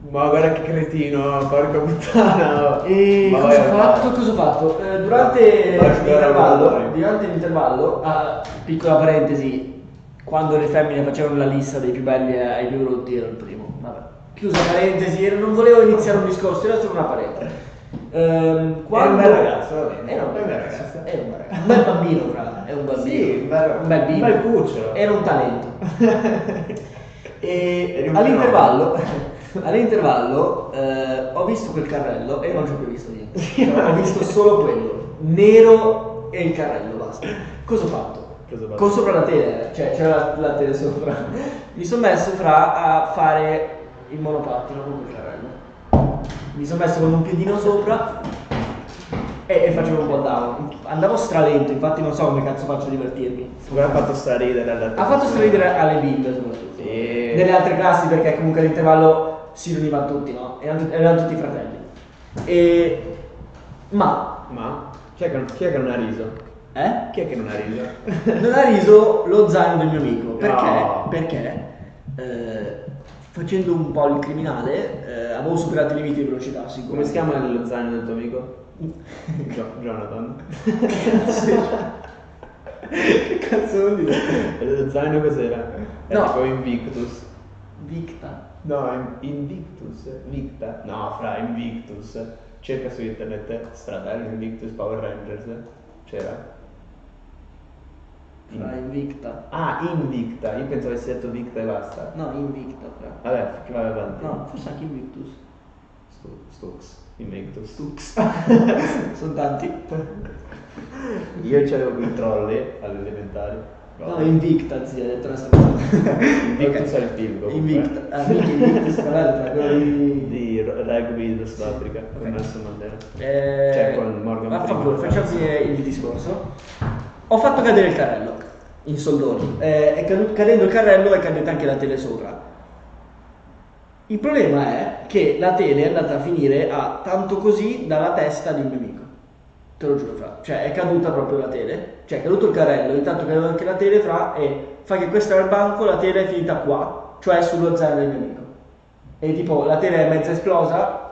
G: Ma guarda che cretino, porca puttana.
C: E
G: Ma
C: cosa ho
G: vai,
C: fatto?
G: vai.
C: Cosa ho fatto? Eh, durante
G: Vai, vai, vai,
C: l'intervallo,
G: vai.
C: durante l'intervallo, ah, piccola parentesi, quando le femmine facevano la lista dei più belli ai più brutti ero il primo. Vabbè. Chiusa parentesi, io non volevo iniziare un discorso, era solo una parentesi. Ehm, quando...
G: bel ragazzo, va bene,
C: Era un bel
G: è un bel
C: ragazzo,
G: ragazzo.
C: era un bel ragazzo. Un bel bambino, fra. È un bambino.
G: Sì, un bel-
C: un bel bimbo.
G: un bel cucciolo.
C: Era un talento. E
G: Eri un
C: all'intervallo, all'intervallo eh, ho visto quel carrello e non ci ho più visto niente. Cioè, ho visto solo quello, nero e il carrello, basta. Cosa ho fatto?
G: Cosa ho fatto?
C: Con sopra la tele, cioè c'era la, la tele sopra. Mi sono messo fra a fare il monopattino con quel carrello. Mi sono messo con un piedino sopra e, e facevo un po' down. Andavo stralento, infatti non so come cazzo faccio a divertirmi.
G: Come ha fatto straridere alla
C: Ha fatto sorridere alle bimbe soprattutto.
G: Sì.
C: Delle altre classi perché comunque all'intervallo si riunivano tutti, no? Erano, erano tutti fratelli. E... Ma...
G: Ma chi è, che, chi è che non ha riso?
C: Eh?
G: Chi è che non ha riso?
C: Non ha riso lo zaino del mio amico. Perché?
G: No.
C: Perché? eh, facendo un po' il criminale eh, avevo superato i limiti di velocità, sicuramente.
G: Come si chiama lo zaino del tuo amico? Jo- Jonathan. che cazzo vuol dire? E lo zaino cos'era? Era
C: No.
G: tipo Invictus.
C: Victa.
G: No, in- Invictus. Victa. No, fra Invictus. Cerca su internet Stratel Invictus Power Rangers. C'era?
C: Fra Invicta.
G: Ah, Invicta. Io pensavo avessi detto Victa e basta.
C: No, Invicta, fra.
G: Vabbè, che vai avanti.
C: No, forse anche Invictus.
G: Stu- Stux. Invictus.
C: Sono tanti.
G: Io c'avevo i troll all'elementare.
C: No, Invicta, zia, hai detto una stronzata.
G: Invictus è il film comunque.
C: Invicta. Ah, minchia, Invictus, tra l'altro, quello di...
G: Di r- rugby del Sudafrica con Nelson Mandela.
C: Eh,
G: Cioè, con Morgan
C: a
G: Freeman.
C: favore, facciamo finire il discorso. Ho fatto cadere il carrello in soldoni. Eh, è cadu- cadendo il carrello è caduta anche la tele sopra. Il problema è che la tele è andata a finire a tanto così dalla testa di un mio amico. Te lo giuro, fra. Cioè, è caduta proprio la tele. Cioè, è caduto il carrello, intanto è caduta anche la tele, fra, e fa che questo era il banco, la tele è finita qua, cioè sullo zaino del mio amico. E tipo, la tele è mezza esplosa,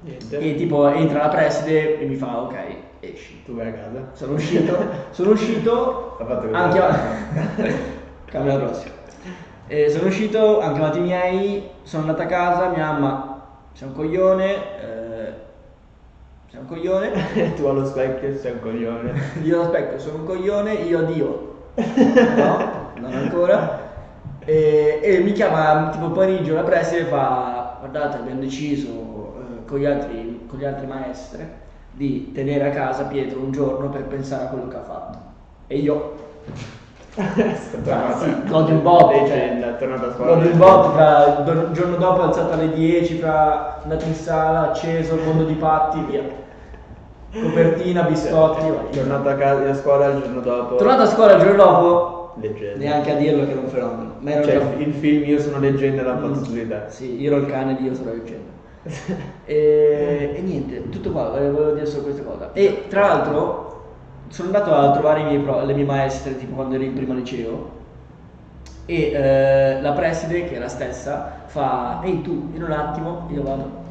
G: Niente.
C: e tipo entra la preside e mi fa ok, esci.
G: Tu vai a casa.
C: Sono uscito, sono uscito,
G: Ha fatto
C: anche Camera prossima. Eh, sono uscito, anche chiamati i miei, sono andato a casa, mia mamma, sei un coglione, eh, sei un coglione,
G: tu allo specchio sei un coglione.
C: io aspetto, sono un coglione, io addio. No, non ancora. E, e mi chiama tipo pomeriggio la preside e fa guardate abbiamo deciso eh, con, gli altri, con gli altri maestre di tenere a casa Pietro un giorno per pensare a quello che ha fatto. E io sì, godo in botte, cioè,
G: Leggenda, tornato a scuola.
C: godo in botte, fra il giorno dopo alzato alle 10, fra andato in sala, acceso, il mondo di patti, via. Copertina, biscotti, vai.
G: Tornato a casa a scuola il giorno dopo.
C: Tornato a scuola il giorno dopo,
G: Leggenda.
C: neanche a dirlo che era un fenomeno, ma ero
G: Cioè,
C: già-
G: il- il film Io sono leggenda l'ha fatto su di te.
C: Sì, io ero il cane di io sono leggenda. e, e niente, tutto qua, eh, volevo dire solo questa cosa. E tra l'altro sono andato a trovare i miei pro- le mie maestre tipo quando ero in primo liceo e eh, la preside, che è la stessa, fa ehi tu, in un attimo, io vado.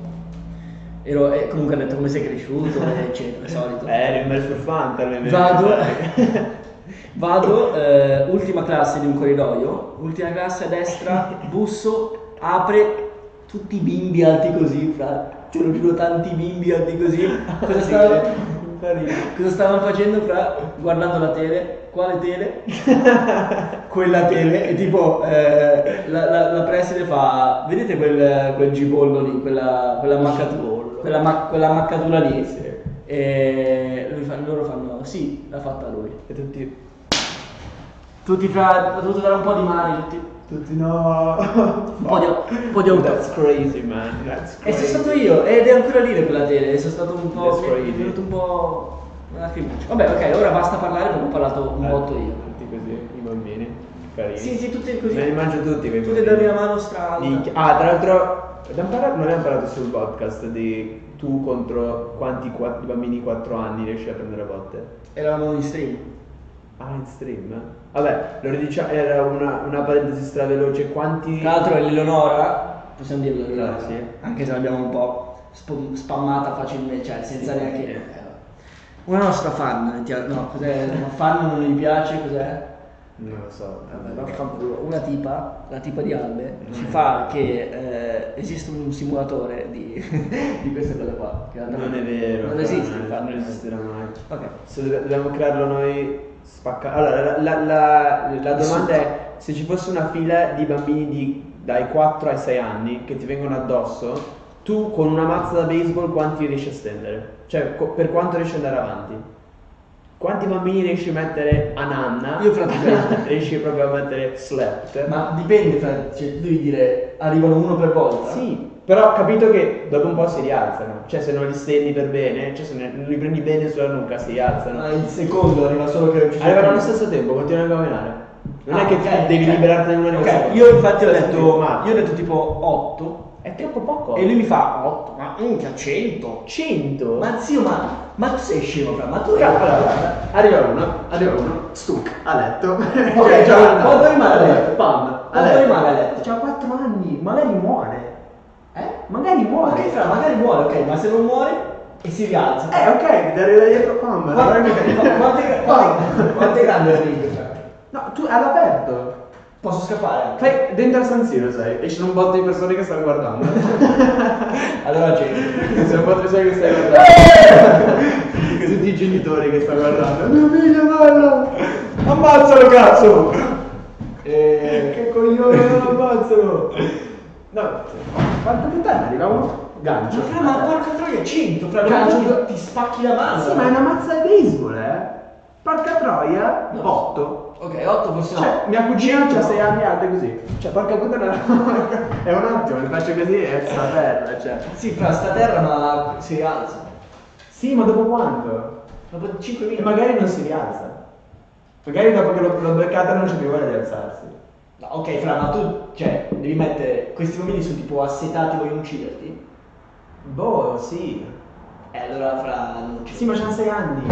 C: Ero, e comunque ha detto come sei cresciuto, eccetera, solito.
G: Eh, eri un bel furfante alle
C: Vado, vado eh, ultima classe di un corridoio, ultima classe a destra, busso, apre, tutti i bimbi alti così, fra, te lo giuro, tanti bimbi alti così. Cosa stavano, cosa stavano facendo, fra, guardando la tele? Quale tele? Quella tele, e tipo eh, la, la, la preside fa, vedete quel, quel gibollo lì, quella, quella, ammaccatura, quella, ma- quella ammaccatura lì? E lui fa- loro fanno sì, l'ha fatta lui.
G: E tutti,
C: Tutti fra. Ho dovuto dare un po' di mani, tutti.
G: tutti no. Un
C: Un po' di, un po' di
G: That's
C: autoscro.
G: crazy, man. That's
C: E
G: crazy.
C: sono stato io, ed è ancora lì quella tele, e sono stato un po'. Mi
G: That's
C: è
G: crazy.
C: venuto un po'. Una scrimuccia. Vabbè, ok, ora basta parlare perché ho parlato un botto io.
G: Tutti così, i bambini. Carini.
C: Sì, sì, tutti così.
G: Me li mangio tutti quei
C: Tutti
G: bambini.
C: darmi la mano strana.
G: Minchia. Ah, tra l'altro, abbiamo parlato- non abbiamo parlato sul podcast di tu contro quanti qua- bambini di 4 anni riesci a prendere a botte.
C: Eravamo in stream.
G: Ah, in stream? Vabbè, lo ridicia- era una, una parentesi straveloce. Quanti.
C: Tra l'altro l'Eleonora, possiamo dirlo Eleonora,
G: Sì.
C: anche se l'abbiamo un po' sp- spammata facilmente, cioè senza
G: Sì,
C: neanche...
G: sì.
C: Una nostra fan, ti ha- no, cos'è? Una fan non gli piace, cos'è?
G: Non lo so.
C: Vabbè, vaffanculo. Una tipa, la tipa di Albe,
G: Mm.
C: ci fa che eh, esiste un simulatore di, di queste cose qua. che in realtà
G: Non è vero.
C: Non esiste,
G: non,
C: infatti.
G: non esisterà mai.
C: Ok.
G: Se do- dobbiamo crearlo noi spacca. Allora, la, la- la- la domanda è se ci fosse una fila di bambini di- dai 4 ai 6 anni che ti vengono addosso, tu con una mazza da baseball quanti riesci a stendere? Cioè, co- per quanto riesci ad andare avanti? Quanti bambini riesci a mettere a nanna?
C: Io fra tutti.
G: riesci proprio a mettere slept.
C: Ma dipende, fra, cioè, tu devi dire, arrivano uno per volta.
G: Sì, però ho capito che dopo un po' si rialzano, cioè se non li stendi per bene, cioè se ne- non li prendi bene sulla nuca si rialzano.
C: Ma Ah, il secondo arriva solo che non ci sono
G: Arrivano allo
C: più.
G: stesso tempo, continuano a camminare. Non è
C: Ah,
G: che
C: ok,
G: tu devi
C: ok.
G: liberartene una di
C: Ok,
G: queste cose.
C: Io infatti ho
G: Sì,
C: detto,
G: ma
C: io ho detto tipo 8
G: è troppo poco.
C: e lui mi fa 8, ma minchia 100.
G: 100.
C: Ma zio, ma, ma tu sei scemo, fra, ma tu
G: Allora, guarda, arriva uno, arriva uno, stuc, a letto.
C: Ok,
G: ciao,
C: ciao,
G: Anna.
C: quanto rimane a letto?
G: Pam, a
C: Quanto
G: letto.
C: rimane a letto?
G: C'ha 4 anni, magari muore.
C: Eh?
G: Magari muore.
C: Ok, fra, magari muore, ok, ma se non muore e si rialza.
G: Eh, ok, mi darei da dietro Pam.
C: Guarda,
G: Guarda
C: guarda,
G: che-
C: guarda, quante- quante- quante grandi arrivi, fra.
G: No, tu all'aperto.
C: Posso scappare anche?
G: Fai dentro al San Siro, sai, e ci sono un botto di persone che stanno guardando.
C: Allora, gente.
G: Ci sono un botto di persone che stanno guardando. tutti i genitori che stanno guardando. Mio figlio bello! Ammazzalo cazzo!
C: Eh,
G: E... Che coglione, non ammazzalo! No, quanto puttana arriva uno? Gancio.
C: Ma fra, ma porca troia, 100, fra
G: Cazzo,
C: l'altro ti spacchi la mano.
G: Sì, ma è una mazza di baseball, eh! Porca troia,
C: No.
G: botto.
C: Ok, 8 forse
G: Cioè,
C: no.
G: mia cugina ha 6 anni alta così. Cioè, porca puttana. è un attimo, le faccio così e sta terra, cioè.
C: Sì, fra sta terra ma si rialza.
G: Sì, ma dopo quanto?
C: Dopo 5
G: E
C: minuti.
G: magari non si rialza. Magari dopo che l'ho, l'ho beccata non c'è più voglia di alzarsi.
C: No, ok, fra, ma tu, cioè, devi mettere. Questi uomini sono tipo assetati, vogliono ucciderti.
G: Boh, sì.
C: E allora, fra, non ci
G: Sì, ma c'ha 6 anni.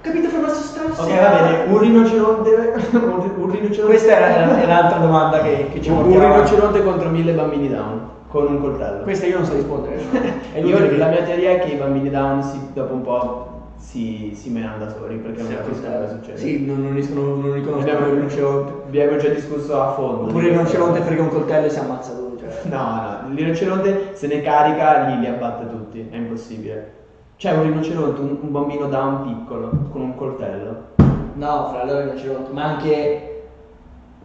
C: Capito, fra, ma sono strano.
G: Ok, va bene, un rinoceronte. un un rinoceronte.
C: Questa era, era l'altra domanda che, che ci
G: un,
C: portiamo.
G: un
C: avanti.
G: rinoceronte contro mille bambini down. Con un coltello.
C: Questa io non so rispondere. no. È
G: E
C: inutile
G: io,
C: che-
G: la mia teoria è che i bambini down si- dopo un po' si, si menano da soli perché non capiscono cosa succede.
C: esatto. Sì, non, non riescono, non
G: abbiamo,
C: riconoscono.
G: abbiamo già discusso a fondo.
C: Oppure il rinoceronte frega un coltello e si ammazza lui. Cioè.
G: No, no, il rinoceronte se ne carica li, li abbatte tutti, è impossibile. C'è un rinoceronte, un, un bambino down piccolo, con un coltello.
C: No, fra allora il rinoceronte, ma anche.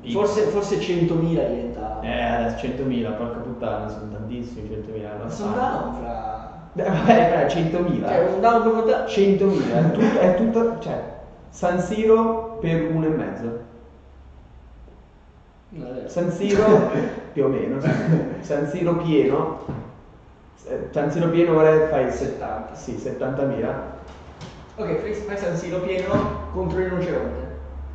C: Forse, forse 100.000 diventa.
G: Eh, adesso 100.000, porca puttana, sono tantissimi 100.000.
C: Ma
G: non
C: sono
G: so.
C: down, fra.
G: Beh, vabbè, però 100.000.
C: Cioè, un down proprio da.
G: 100.000, è tutto, è tutto- cioè, San Siro per uno e mezzo.
C: Non è vero.
G: San Siro più o meno, sì. San Siro pieno, eh, San Siro pieno ora fai 70, sì, 70.000.
C: Ok, fai- fai San Siro pieno contro il rinoceronte.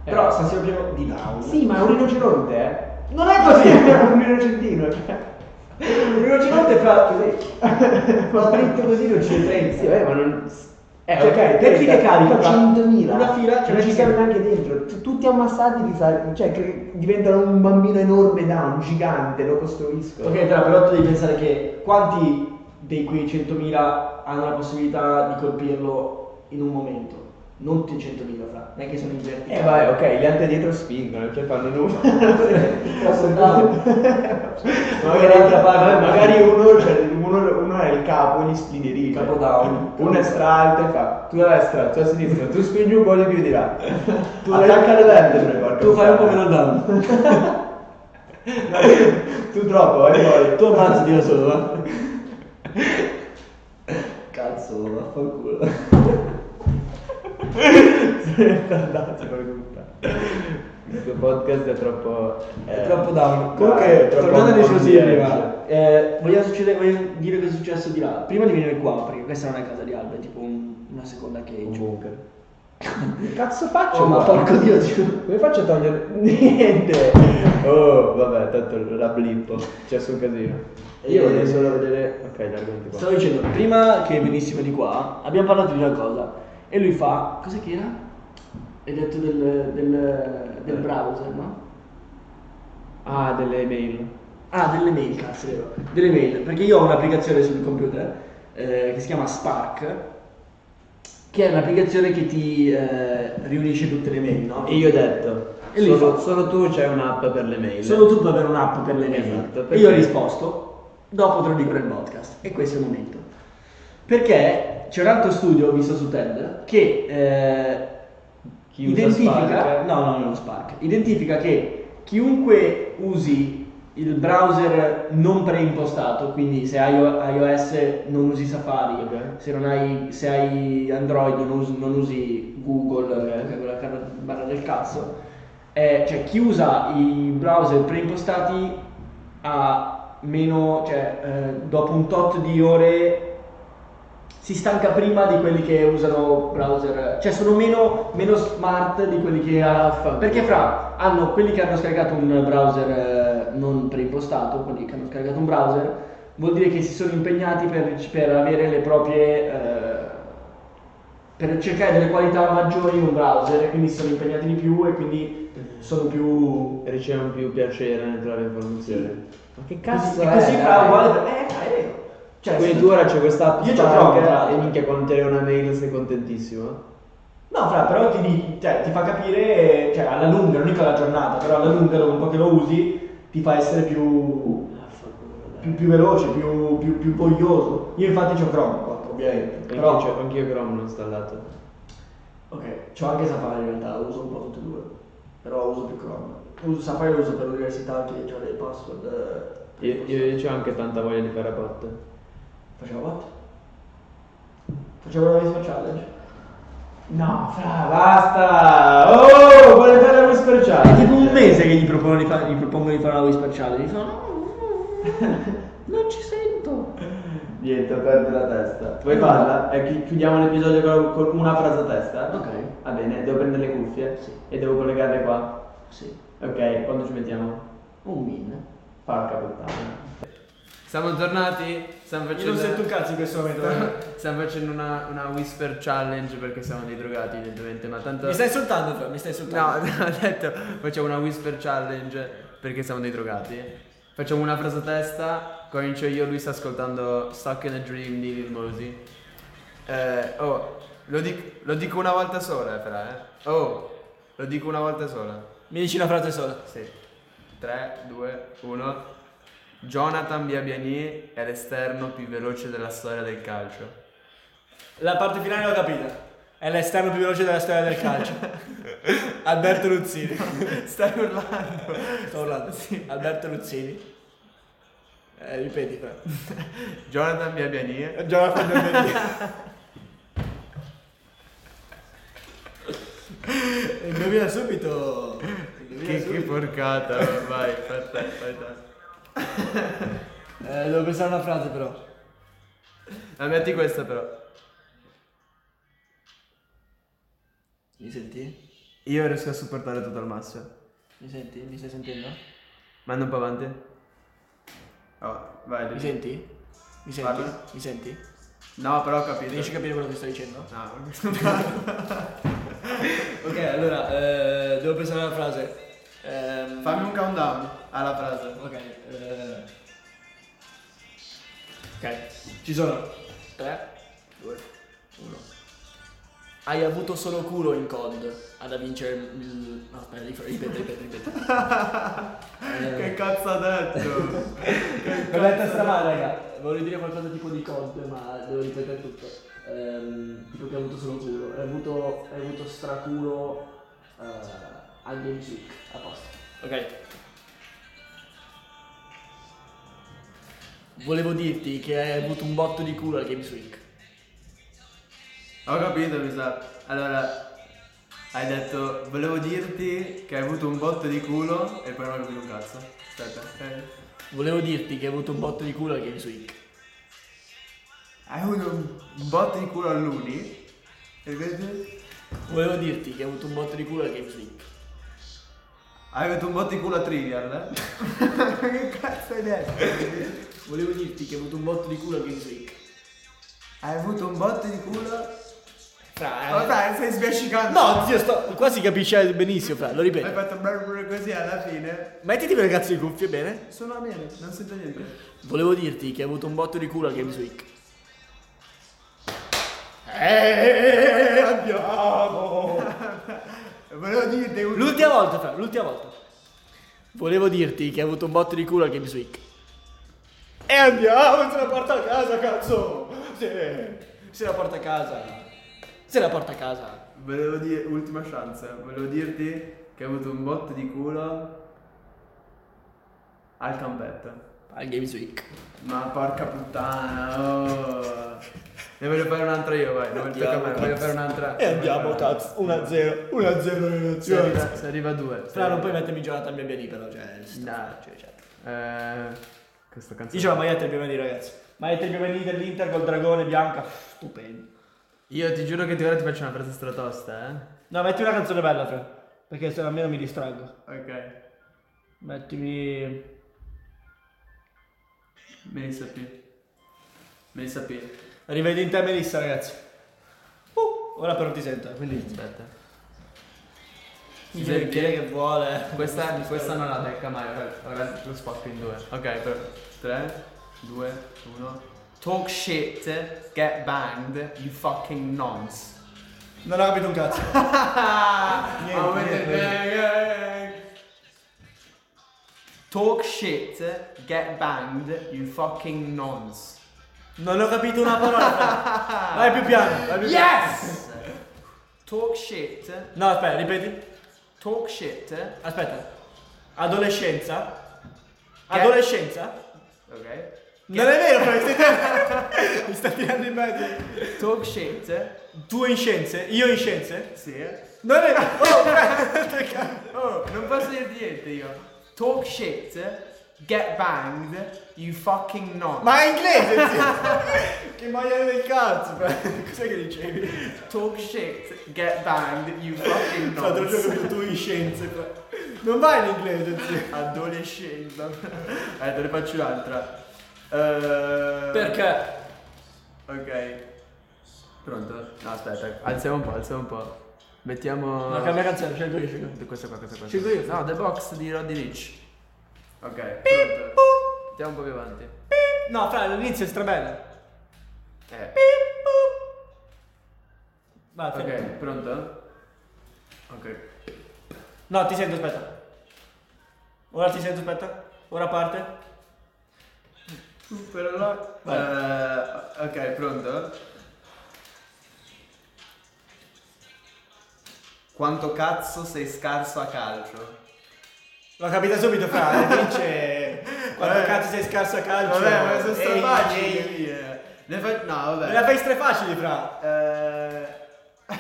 G: Eh.
C: Però San Siro pieno di down.
G: Sì, ma è un rinoceronte, eh.
C: Non è
G: Così,
C: così!
G: è un rinocentino, cioè.
C: Il rinoceronte fa così. Fa dritto così non ci
G: Sì,
C: pensa.
G: vabbè, ma non... Eh,
C: Cioè,
G: ok,
C: per chi che carica?
G: 100.000.
C: Una fila, cioè,
G: non ci
C: ci
G: siamo
C: siamo.
G: neanche dentro. Tu- Tutti ammassati di sal- cioè che diventano un bambino enorme da un gigante, lo costruisco.
C: Ok, però, però tu devi pensare che quanti dei quei 100.000 hanno la possibilità di colpirlo in un momento? Non tutti 100.000 fra, non è che sono in verticale.
G: Eh vabbè, ok, gli altri dietro spingono, cioè fanno nulla.
C: Però sono down.
G: magari,
C: Un'altra parte.
G: magari uno, cioè, uno, uno è il capo, gli spingi
C: Il capo down.
G: Uno è stralto e fa, tu a destra, tu a sinistra, tu spingi un po' di più di là.
C: Tu-
G: Tu attacca le vertebre, porca
C: Tu fai un po'
G: puttana.
C: meno down.
G: Tu troppo, eh, poi.
C: Tu ammazzi di solo, va? Cazzo, vaffanculo.
G: Andate, porca puttana. Questo podcast è troppo...
C: È
G: eh,
C: troppo down.
G: eh,
C: Comunque,
G: troppo
C: tornando alle
G: on the
C: sue
G: edge.
C: prima, eh, vogliamo, succedere- vogliamo dire cosa è successo di là. Prima di venire qua, perché questa non è casa di Alba, è tipo un- una seconda cage.
G: Che cazzo faccio?
C: Oh, ma
G: qua?
C: porco dio, Dio.
G: cioè, Come faccio a togliere? Niente! Oh, vabbè, tanto la blippo, c'è solo un casino. Io
C: Eh,
G: voglio solo vedere... Ok, gli argomenti qua.
C: Stavo dicendo, prima che venissimo di qua, abbiamo parlato di una cosa. E lui fa, cos'è che era? Hai detto del, del, del browser, no?
G: Ah, delle email.
C: Ah, delle mail, cazzo, è vero. Delle mail, perché io ho un'applicazione sul computer eh, che si chiama Spark, che è un'applicazione che ti eh, riunisce tutte le mail, no?
G: E io ho detto,
C: E lui
G: solo,
C: fa-
G: solo tu c'hai un'app per le mail.
C: Solo tu puoi avere un'app per le mail.
G: Esatto,
C: E io ho
G: perché-
C: risposto, dopo te lo dico nel podcast. E questo è il momento. Perché c'è un altro studio visto su TED che eh,
G: Chi usa
C: identifica,
G: Spark?
C: no, no, non Spark, identifica che chiunque usi il browser non preimpostato, quindi se hai o- iOS non usi Safari,
G: Ok.
C: se, non hai, se hai Android non usi, non usi Google, che è quella car- barra del cazzo, eh, cioè chi usa i browser preimpostati ha meno, cioè eh, dopo un tot di ore si stanca prima di quelli che usano browser, cioè sono meno, meno smart di quelli che ha, perché fra hanno quelli che hanno scaricato un browser eh, non preimpostato, quelli che hanno scaricato un browser, vuol dire che si sono impegnati per, per avere le proprie eh, per cercare delle qualità maggiori in un browser e quindi si sono impegnati di più e quindi sono più
G: Ricevono più piacere nel trovare informazioni. Ma che
C: così, è così
G: dai?
C: fra uguale eh fra, è vero cioè
G: Quindi
C: se-
G: tu ora c'è questa app
C: io ci
G: Spark
C: provo tra l'altro.
G: e minchia quando ti arriva una mail sei contentissimo.
C: no fra però ti, di- cioè, ti fa capire cioè alla lunga non dico alla giornata però alla lunga dopo un po' che lo usi ti fa essere più più, più veloce più, più, più voglioso io infatti c'ho Chrome qua ovviamente
G: Però
C: però
G: anch'io Chrome l'ho installato.
H: Ok, c'ho anche Safari in realtà, lo uso un po' tutti e due, però uso più Chrome. Uso Safari lo uso per l'università che ho dei password. eh, per
G: Io,
H: postare.
G: io, io ho anche tanta voglia di fare bot.
H: Facciamo bot? Facciamo la Whisper Challenge?
G: No, fra, basta! Oh, vuole fare la whisper
C: È
G: challenge?
C: Ah, tipo un mese che gli propongo di, fa- gli propongo di fare una whisper challenge. Gli fa, no, no, no, mm, non ci sento.
G: Niente, perde la testa. Vuoi farla? E chi- chiudiamo l'episodio con, con una frase a testa?
C: Ok.
G: Va bene, devo prendere le cuffie
C: Sì.
G: e devo collegarle qua.
C: Sì,
G: Ok, quando ci mettiamo?
C: un min.
G: Porca puttana.
B: Siamo tornati? Stiamo
C: Io non
B: facendo,
C: sento un cazzo in questo momento.
B: stiamo facendo una, una whisper challenge perché siamo dei drogati evidentemente, ma tanto...
C: Mi stai insultando, Fra, mi stai insultando.
B: No, no, ho detto facciamo una whisper challenge perché siamo dei drogati. Facciamo una frase a testa, comincio io, lui sta ascoltando Stuck in a Dream di Lil Mosey. Eh, oh, lo, dic- lo dico una volta sola, eh, però, eh. Oh, lo dico una volta sola.
C: Mi dici una frase sola.
B: Sì. 3, 2, 1. Jonathan Biabiani è l'esterno più veloce della storia del calcio.
C: La parte finale l'ho capita. È l'esterno più veloce della storia del calcio. Alberto Luzzini.
B: Stai urlando.
C: Sto urlando. Alberto Luzzini. Eh, ripeti, Fra. Eh,
B: Jonathan Biabiani
C: Jonathan Biabiani. Indovina subito. Indovina
B: Che, che
C: subito.
B: porcata, vai, fai te, fai te.
C: Eh, devo pensare a una frase però.
B: Ah, metti questa però.
C: Mi senti?
B: Io riesco a supportare tutto al massimo.
C: Mi senti? Mi stai sentendo?
B: Manda un po' avanti. Oh, vai.
C: Mi
B: devi-
C: senti? Mi senti?
B: Parla.
C: Mi senti?
B: No, però ho capito.
C: Riesci a capire quello che sto dicendo?
B: No.
C: Ok, allora, eh, devo pensare a una frase. Ehm,
B: Fammi un countdown alla frase.
C: Ok. eh. Ok, ci sono 3, 2, 1. Hai avuto solo culo in COD ad a vincere il... No, aspetta, rif- ripeto, ripeto, ripeto.
B: Che cazzo ha detto?
C: L'ho letta stamane, raga. Volevo Eh, dire qualcosa tipo di COD, ma devo ripetere tutto. Ehm, tipo che hai avuto solo culo. Hai avuto, hai avuto straculo eh, al Games Week. A posto. Ok. Volevo dirti che hai avuto un botto di culo al Games Week.
B: ho capito, mi sa. Allora, hai detto, volevo dirti che hai avuto un botto di culo e poi non ho capito un cazzo. Aspetta, eh. ok.
C: Volevo dirti che hai avuto un botto di culo al Games Week.
B: Hai avuto un botto di culo all'uni. E questo?
C: Volevo dirti che hai avuto un botto di culo al Games Week.
B: Hai avuto un botto di culo a Trivial, eh? che cazzo hai detto?
C: Volevo dirti che hai avuto un botto di culo al Games Week.
B: Hai avuto un botto di culo?
C: Fra, eh,
B: Vabbè, stai sbiascicando.
C: No, Ah, zio, sto... qua si capisce benissimo, fra, lo
B: Hai
C: ripeto.
B: fatto brrr così alla fine.
C: Mettiti per le cazzo di cuffie, bene?
B: Sono a meno, non sento niente.
C: Volevo dirti che hai avuto un botto di culo al Games Week. Eh, andiamo!
B: Volevo dirti un...
C: L'ultima volta, fra, l'ultima volta. Volevo dirti che hai avuto un botto di culo al Games Week. E andiamo, se la porta a casa, cazzo! Sì, se la porta a casa. Se la porta a casa.
B: Volevo dire, ultima chance, volevo dirti che hai avuto un botto di culo al campetto.
C: Al Games Week.
B: Ma porca puttana, oh. Ne voglio fare un'altra io, vai. Non voglio,
C: Andiamo,
B: toccare,
C: cazzo.
B: voglio fare un'altra.
C: E Eh, andiamo, cazzo. 1-0. 1-0
B: Se
C: relazione.
B: arriva, se arriva a due.
C: Fra, non puoi mettermi Jonathan Biabiani, però, cioè... sta-
B: Dai.
C: cioè, Diciamo cioè.
B: Eh, questa canzone.
C: Io c'ho la maglietta del Biabiani, ragazzi. Maglietta del Biabiani dell'Inter col dragone bianca. Stupendo.
B: Io ti giuro che ti- ora ti faccio una frase stratosta, eh.
C: No, metti una canzone bella, Fra. Perché se no almeno mi distraggo.
B: Ok.
C: Mettimi...
B: Melissa P. Melissa P.
C: Rivedi in te Melissa, ragazzi. Uh, ora però ti sento, eh, quindi...
B: Aspetta.
C: Mi
B: senti?
C: dire che vuole.
B: Questa, questa non la becca mai, ora, ora lo spacco in due. Ok, 3, 2, 1. Talk shit, get banged, you fucking nonce.
C: Non ho capito un cazzo. Niente,
B: Oh,
C: niente,
B: niente, Talk shit, get banged, you fucking nonce.
C: Non ho capito una parola, Fra. Vai più piano, vai più piano.
B: Yes! talk shit.
I: No, aspetta, ripeti.
B: Talk shit.
I: Aspetta. Adolescenza. Adolescenza?
B: Ok.
I: Non è vero, fra, mi stai- mi sta tirando in mezzo.
B: Talk shit.
I: Tu in scienze, io in scienze.
B: Sì.
I: Non è vero. Oh,
B: Oh, non posso dire niente io. Talk shit. Get banged. You fucking not.
I: ma è inglese, zio. Che maglione del cazzo, fra. Cos'è che dicevi?
B: Talk shit. Get banged. You fucking
I: Fra, te lo
B: not.
I: giuro che tu in scienze, fra. Non vai in inglese, zio.
B: Adolescenza. Eh, te ne faccio un'altra. Eh,
I: Perché?
B: Ok. Pronto? No, aspetta.
J: Alziamo un po', alziamo un po'. Mettiamo.
I: No, cambia canzone, scelgo io, scelgo io.
J: Questa qua, questa qua.
I: Scelgo io.
J: No, The Box di Roddy Rich.
B: Ok. Pronto.
J: Andiamo un po' più avanti.
I: Eh. No, fra, l'inizio è strabello.
B: Eh.
I: Vai, fermo.
B: Ok, pronto? Ok.
I: No, ti sento, aspetta. Ora ti sento, aspetta. Ora parte.
B: Però no. Eh, ok, pronto? Quanto cazzo sei scarso a calcio?
I: L'ho capita subito, fra. eh, Vince. Eh. Quanto
B: Vabbè.
I: cazzo sei scarso a calcio?
B: Eh, Vabbè, ma sono
I: Ehi,
B: strafacili
I: ehi.
B: lì, eh. Ne fa- No,
I: Me
B: vabbè.
I: la fai strefacili, fra.
B: Eh,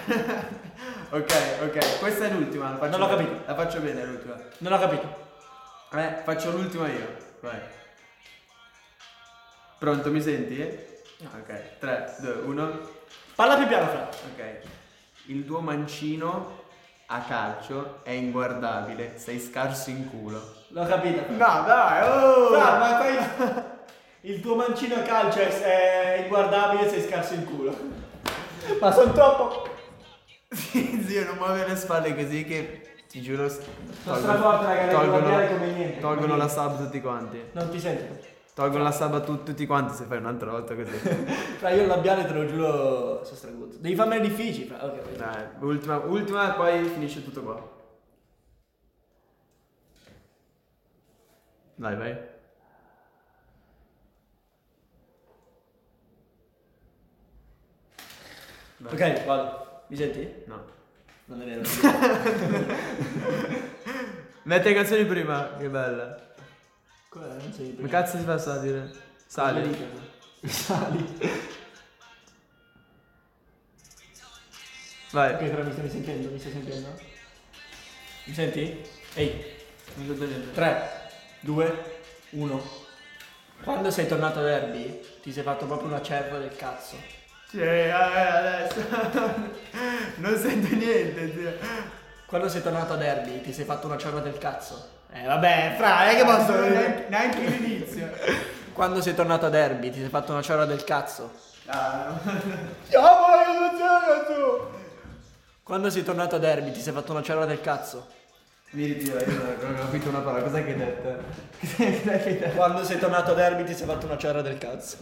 B: ok, ok, questa è l'ultima. La faccio
I: Non l'ho
B: bene.
I: capito.
B: La faccio bene, l'ultima.
I: Non ho capito.
B: Eh, faccio l'ultima io. Vai. Pronto, mi senti? Ok, 3, 2, 1.
I: Parla più piano, fra.
B: Ok. Il tuo mancino a calcio è inguardabile, sei scarso in culo.
I: L'ho capita. fra.
B: No, dai, oh!
I: Fra, ma fai... Il tuo mancino a calcio è è inguardabile sei scarso in culo. Ma sono troppo...
B: Sì, zio, non muovere le spalle così che ti giuro s-
I: Sono straforte, raga, devo guardare come niente.
J: Tolgono la sub tutti quanti.
I: Non ti sento.
J: Tolgono la sub a tu- tutti quanti se fai un'altra volta così.
I: Fra, io il labiale te lo giuro... Sono straguzzo. Devi farmene difficili, fra. Ok, vai.
J: Dai, ultima, ultima, poi finisce tutto qua. Vai, vai.
I: Ok, vado. Mi senti?
J: No.
I: Non è vero.
J: Metti le canzoni prima, che bella.
I: Quella era la canzone di
J: Come
I: prima.
J: cazzo si fa a salire? Sali.
I: Sali.
J: Vai.
I: Ok, fra, mi stai sentendo? Mi stai sentendo? Mi senti? Ehi.
B: Non so niente.
I: 3, 2, 1. Quando sei tornato a Derby, ti sei fatto proprio una cerva del cazzo.
B: Cioè, eh, adesso. non sento niente, zio.
I: Quando sei tornato a Derby, ti sei fatto una cerva del cazzo. Eh vabbè, fra, non è che eh?
B: Neanche, neanche l'inizio.
I: Quando sei tornato a Derby, ti sei fatto una cerva del cazzo.
B: Ah,
I: Quando sei tornato a Derby, ti sei fatto una cerva del cazzo.
B: mi ritiro, io non ho capito una parola. Cos'è che hai detto?
I: Quando sei tornato a Derby, ti sei fatto una cerva del cazzo.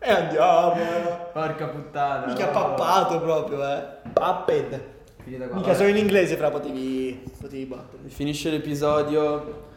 I: E andiamo, eh.
J: Porca puttana.
I: Mica pappato proprio, eh. Papped.
J: Finita qua.
I: Mica sono in inglese, fra potevi. potevi battere.
J: Finisce l'episodio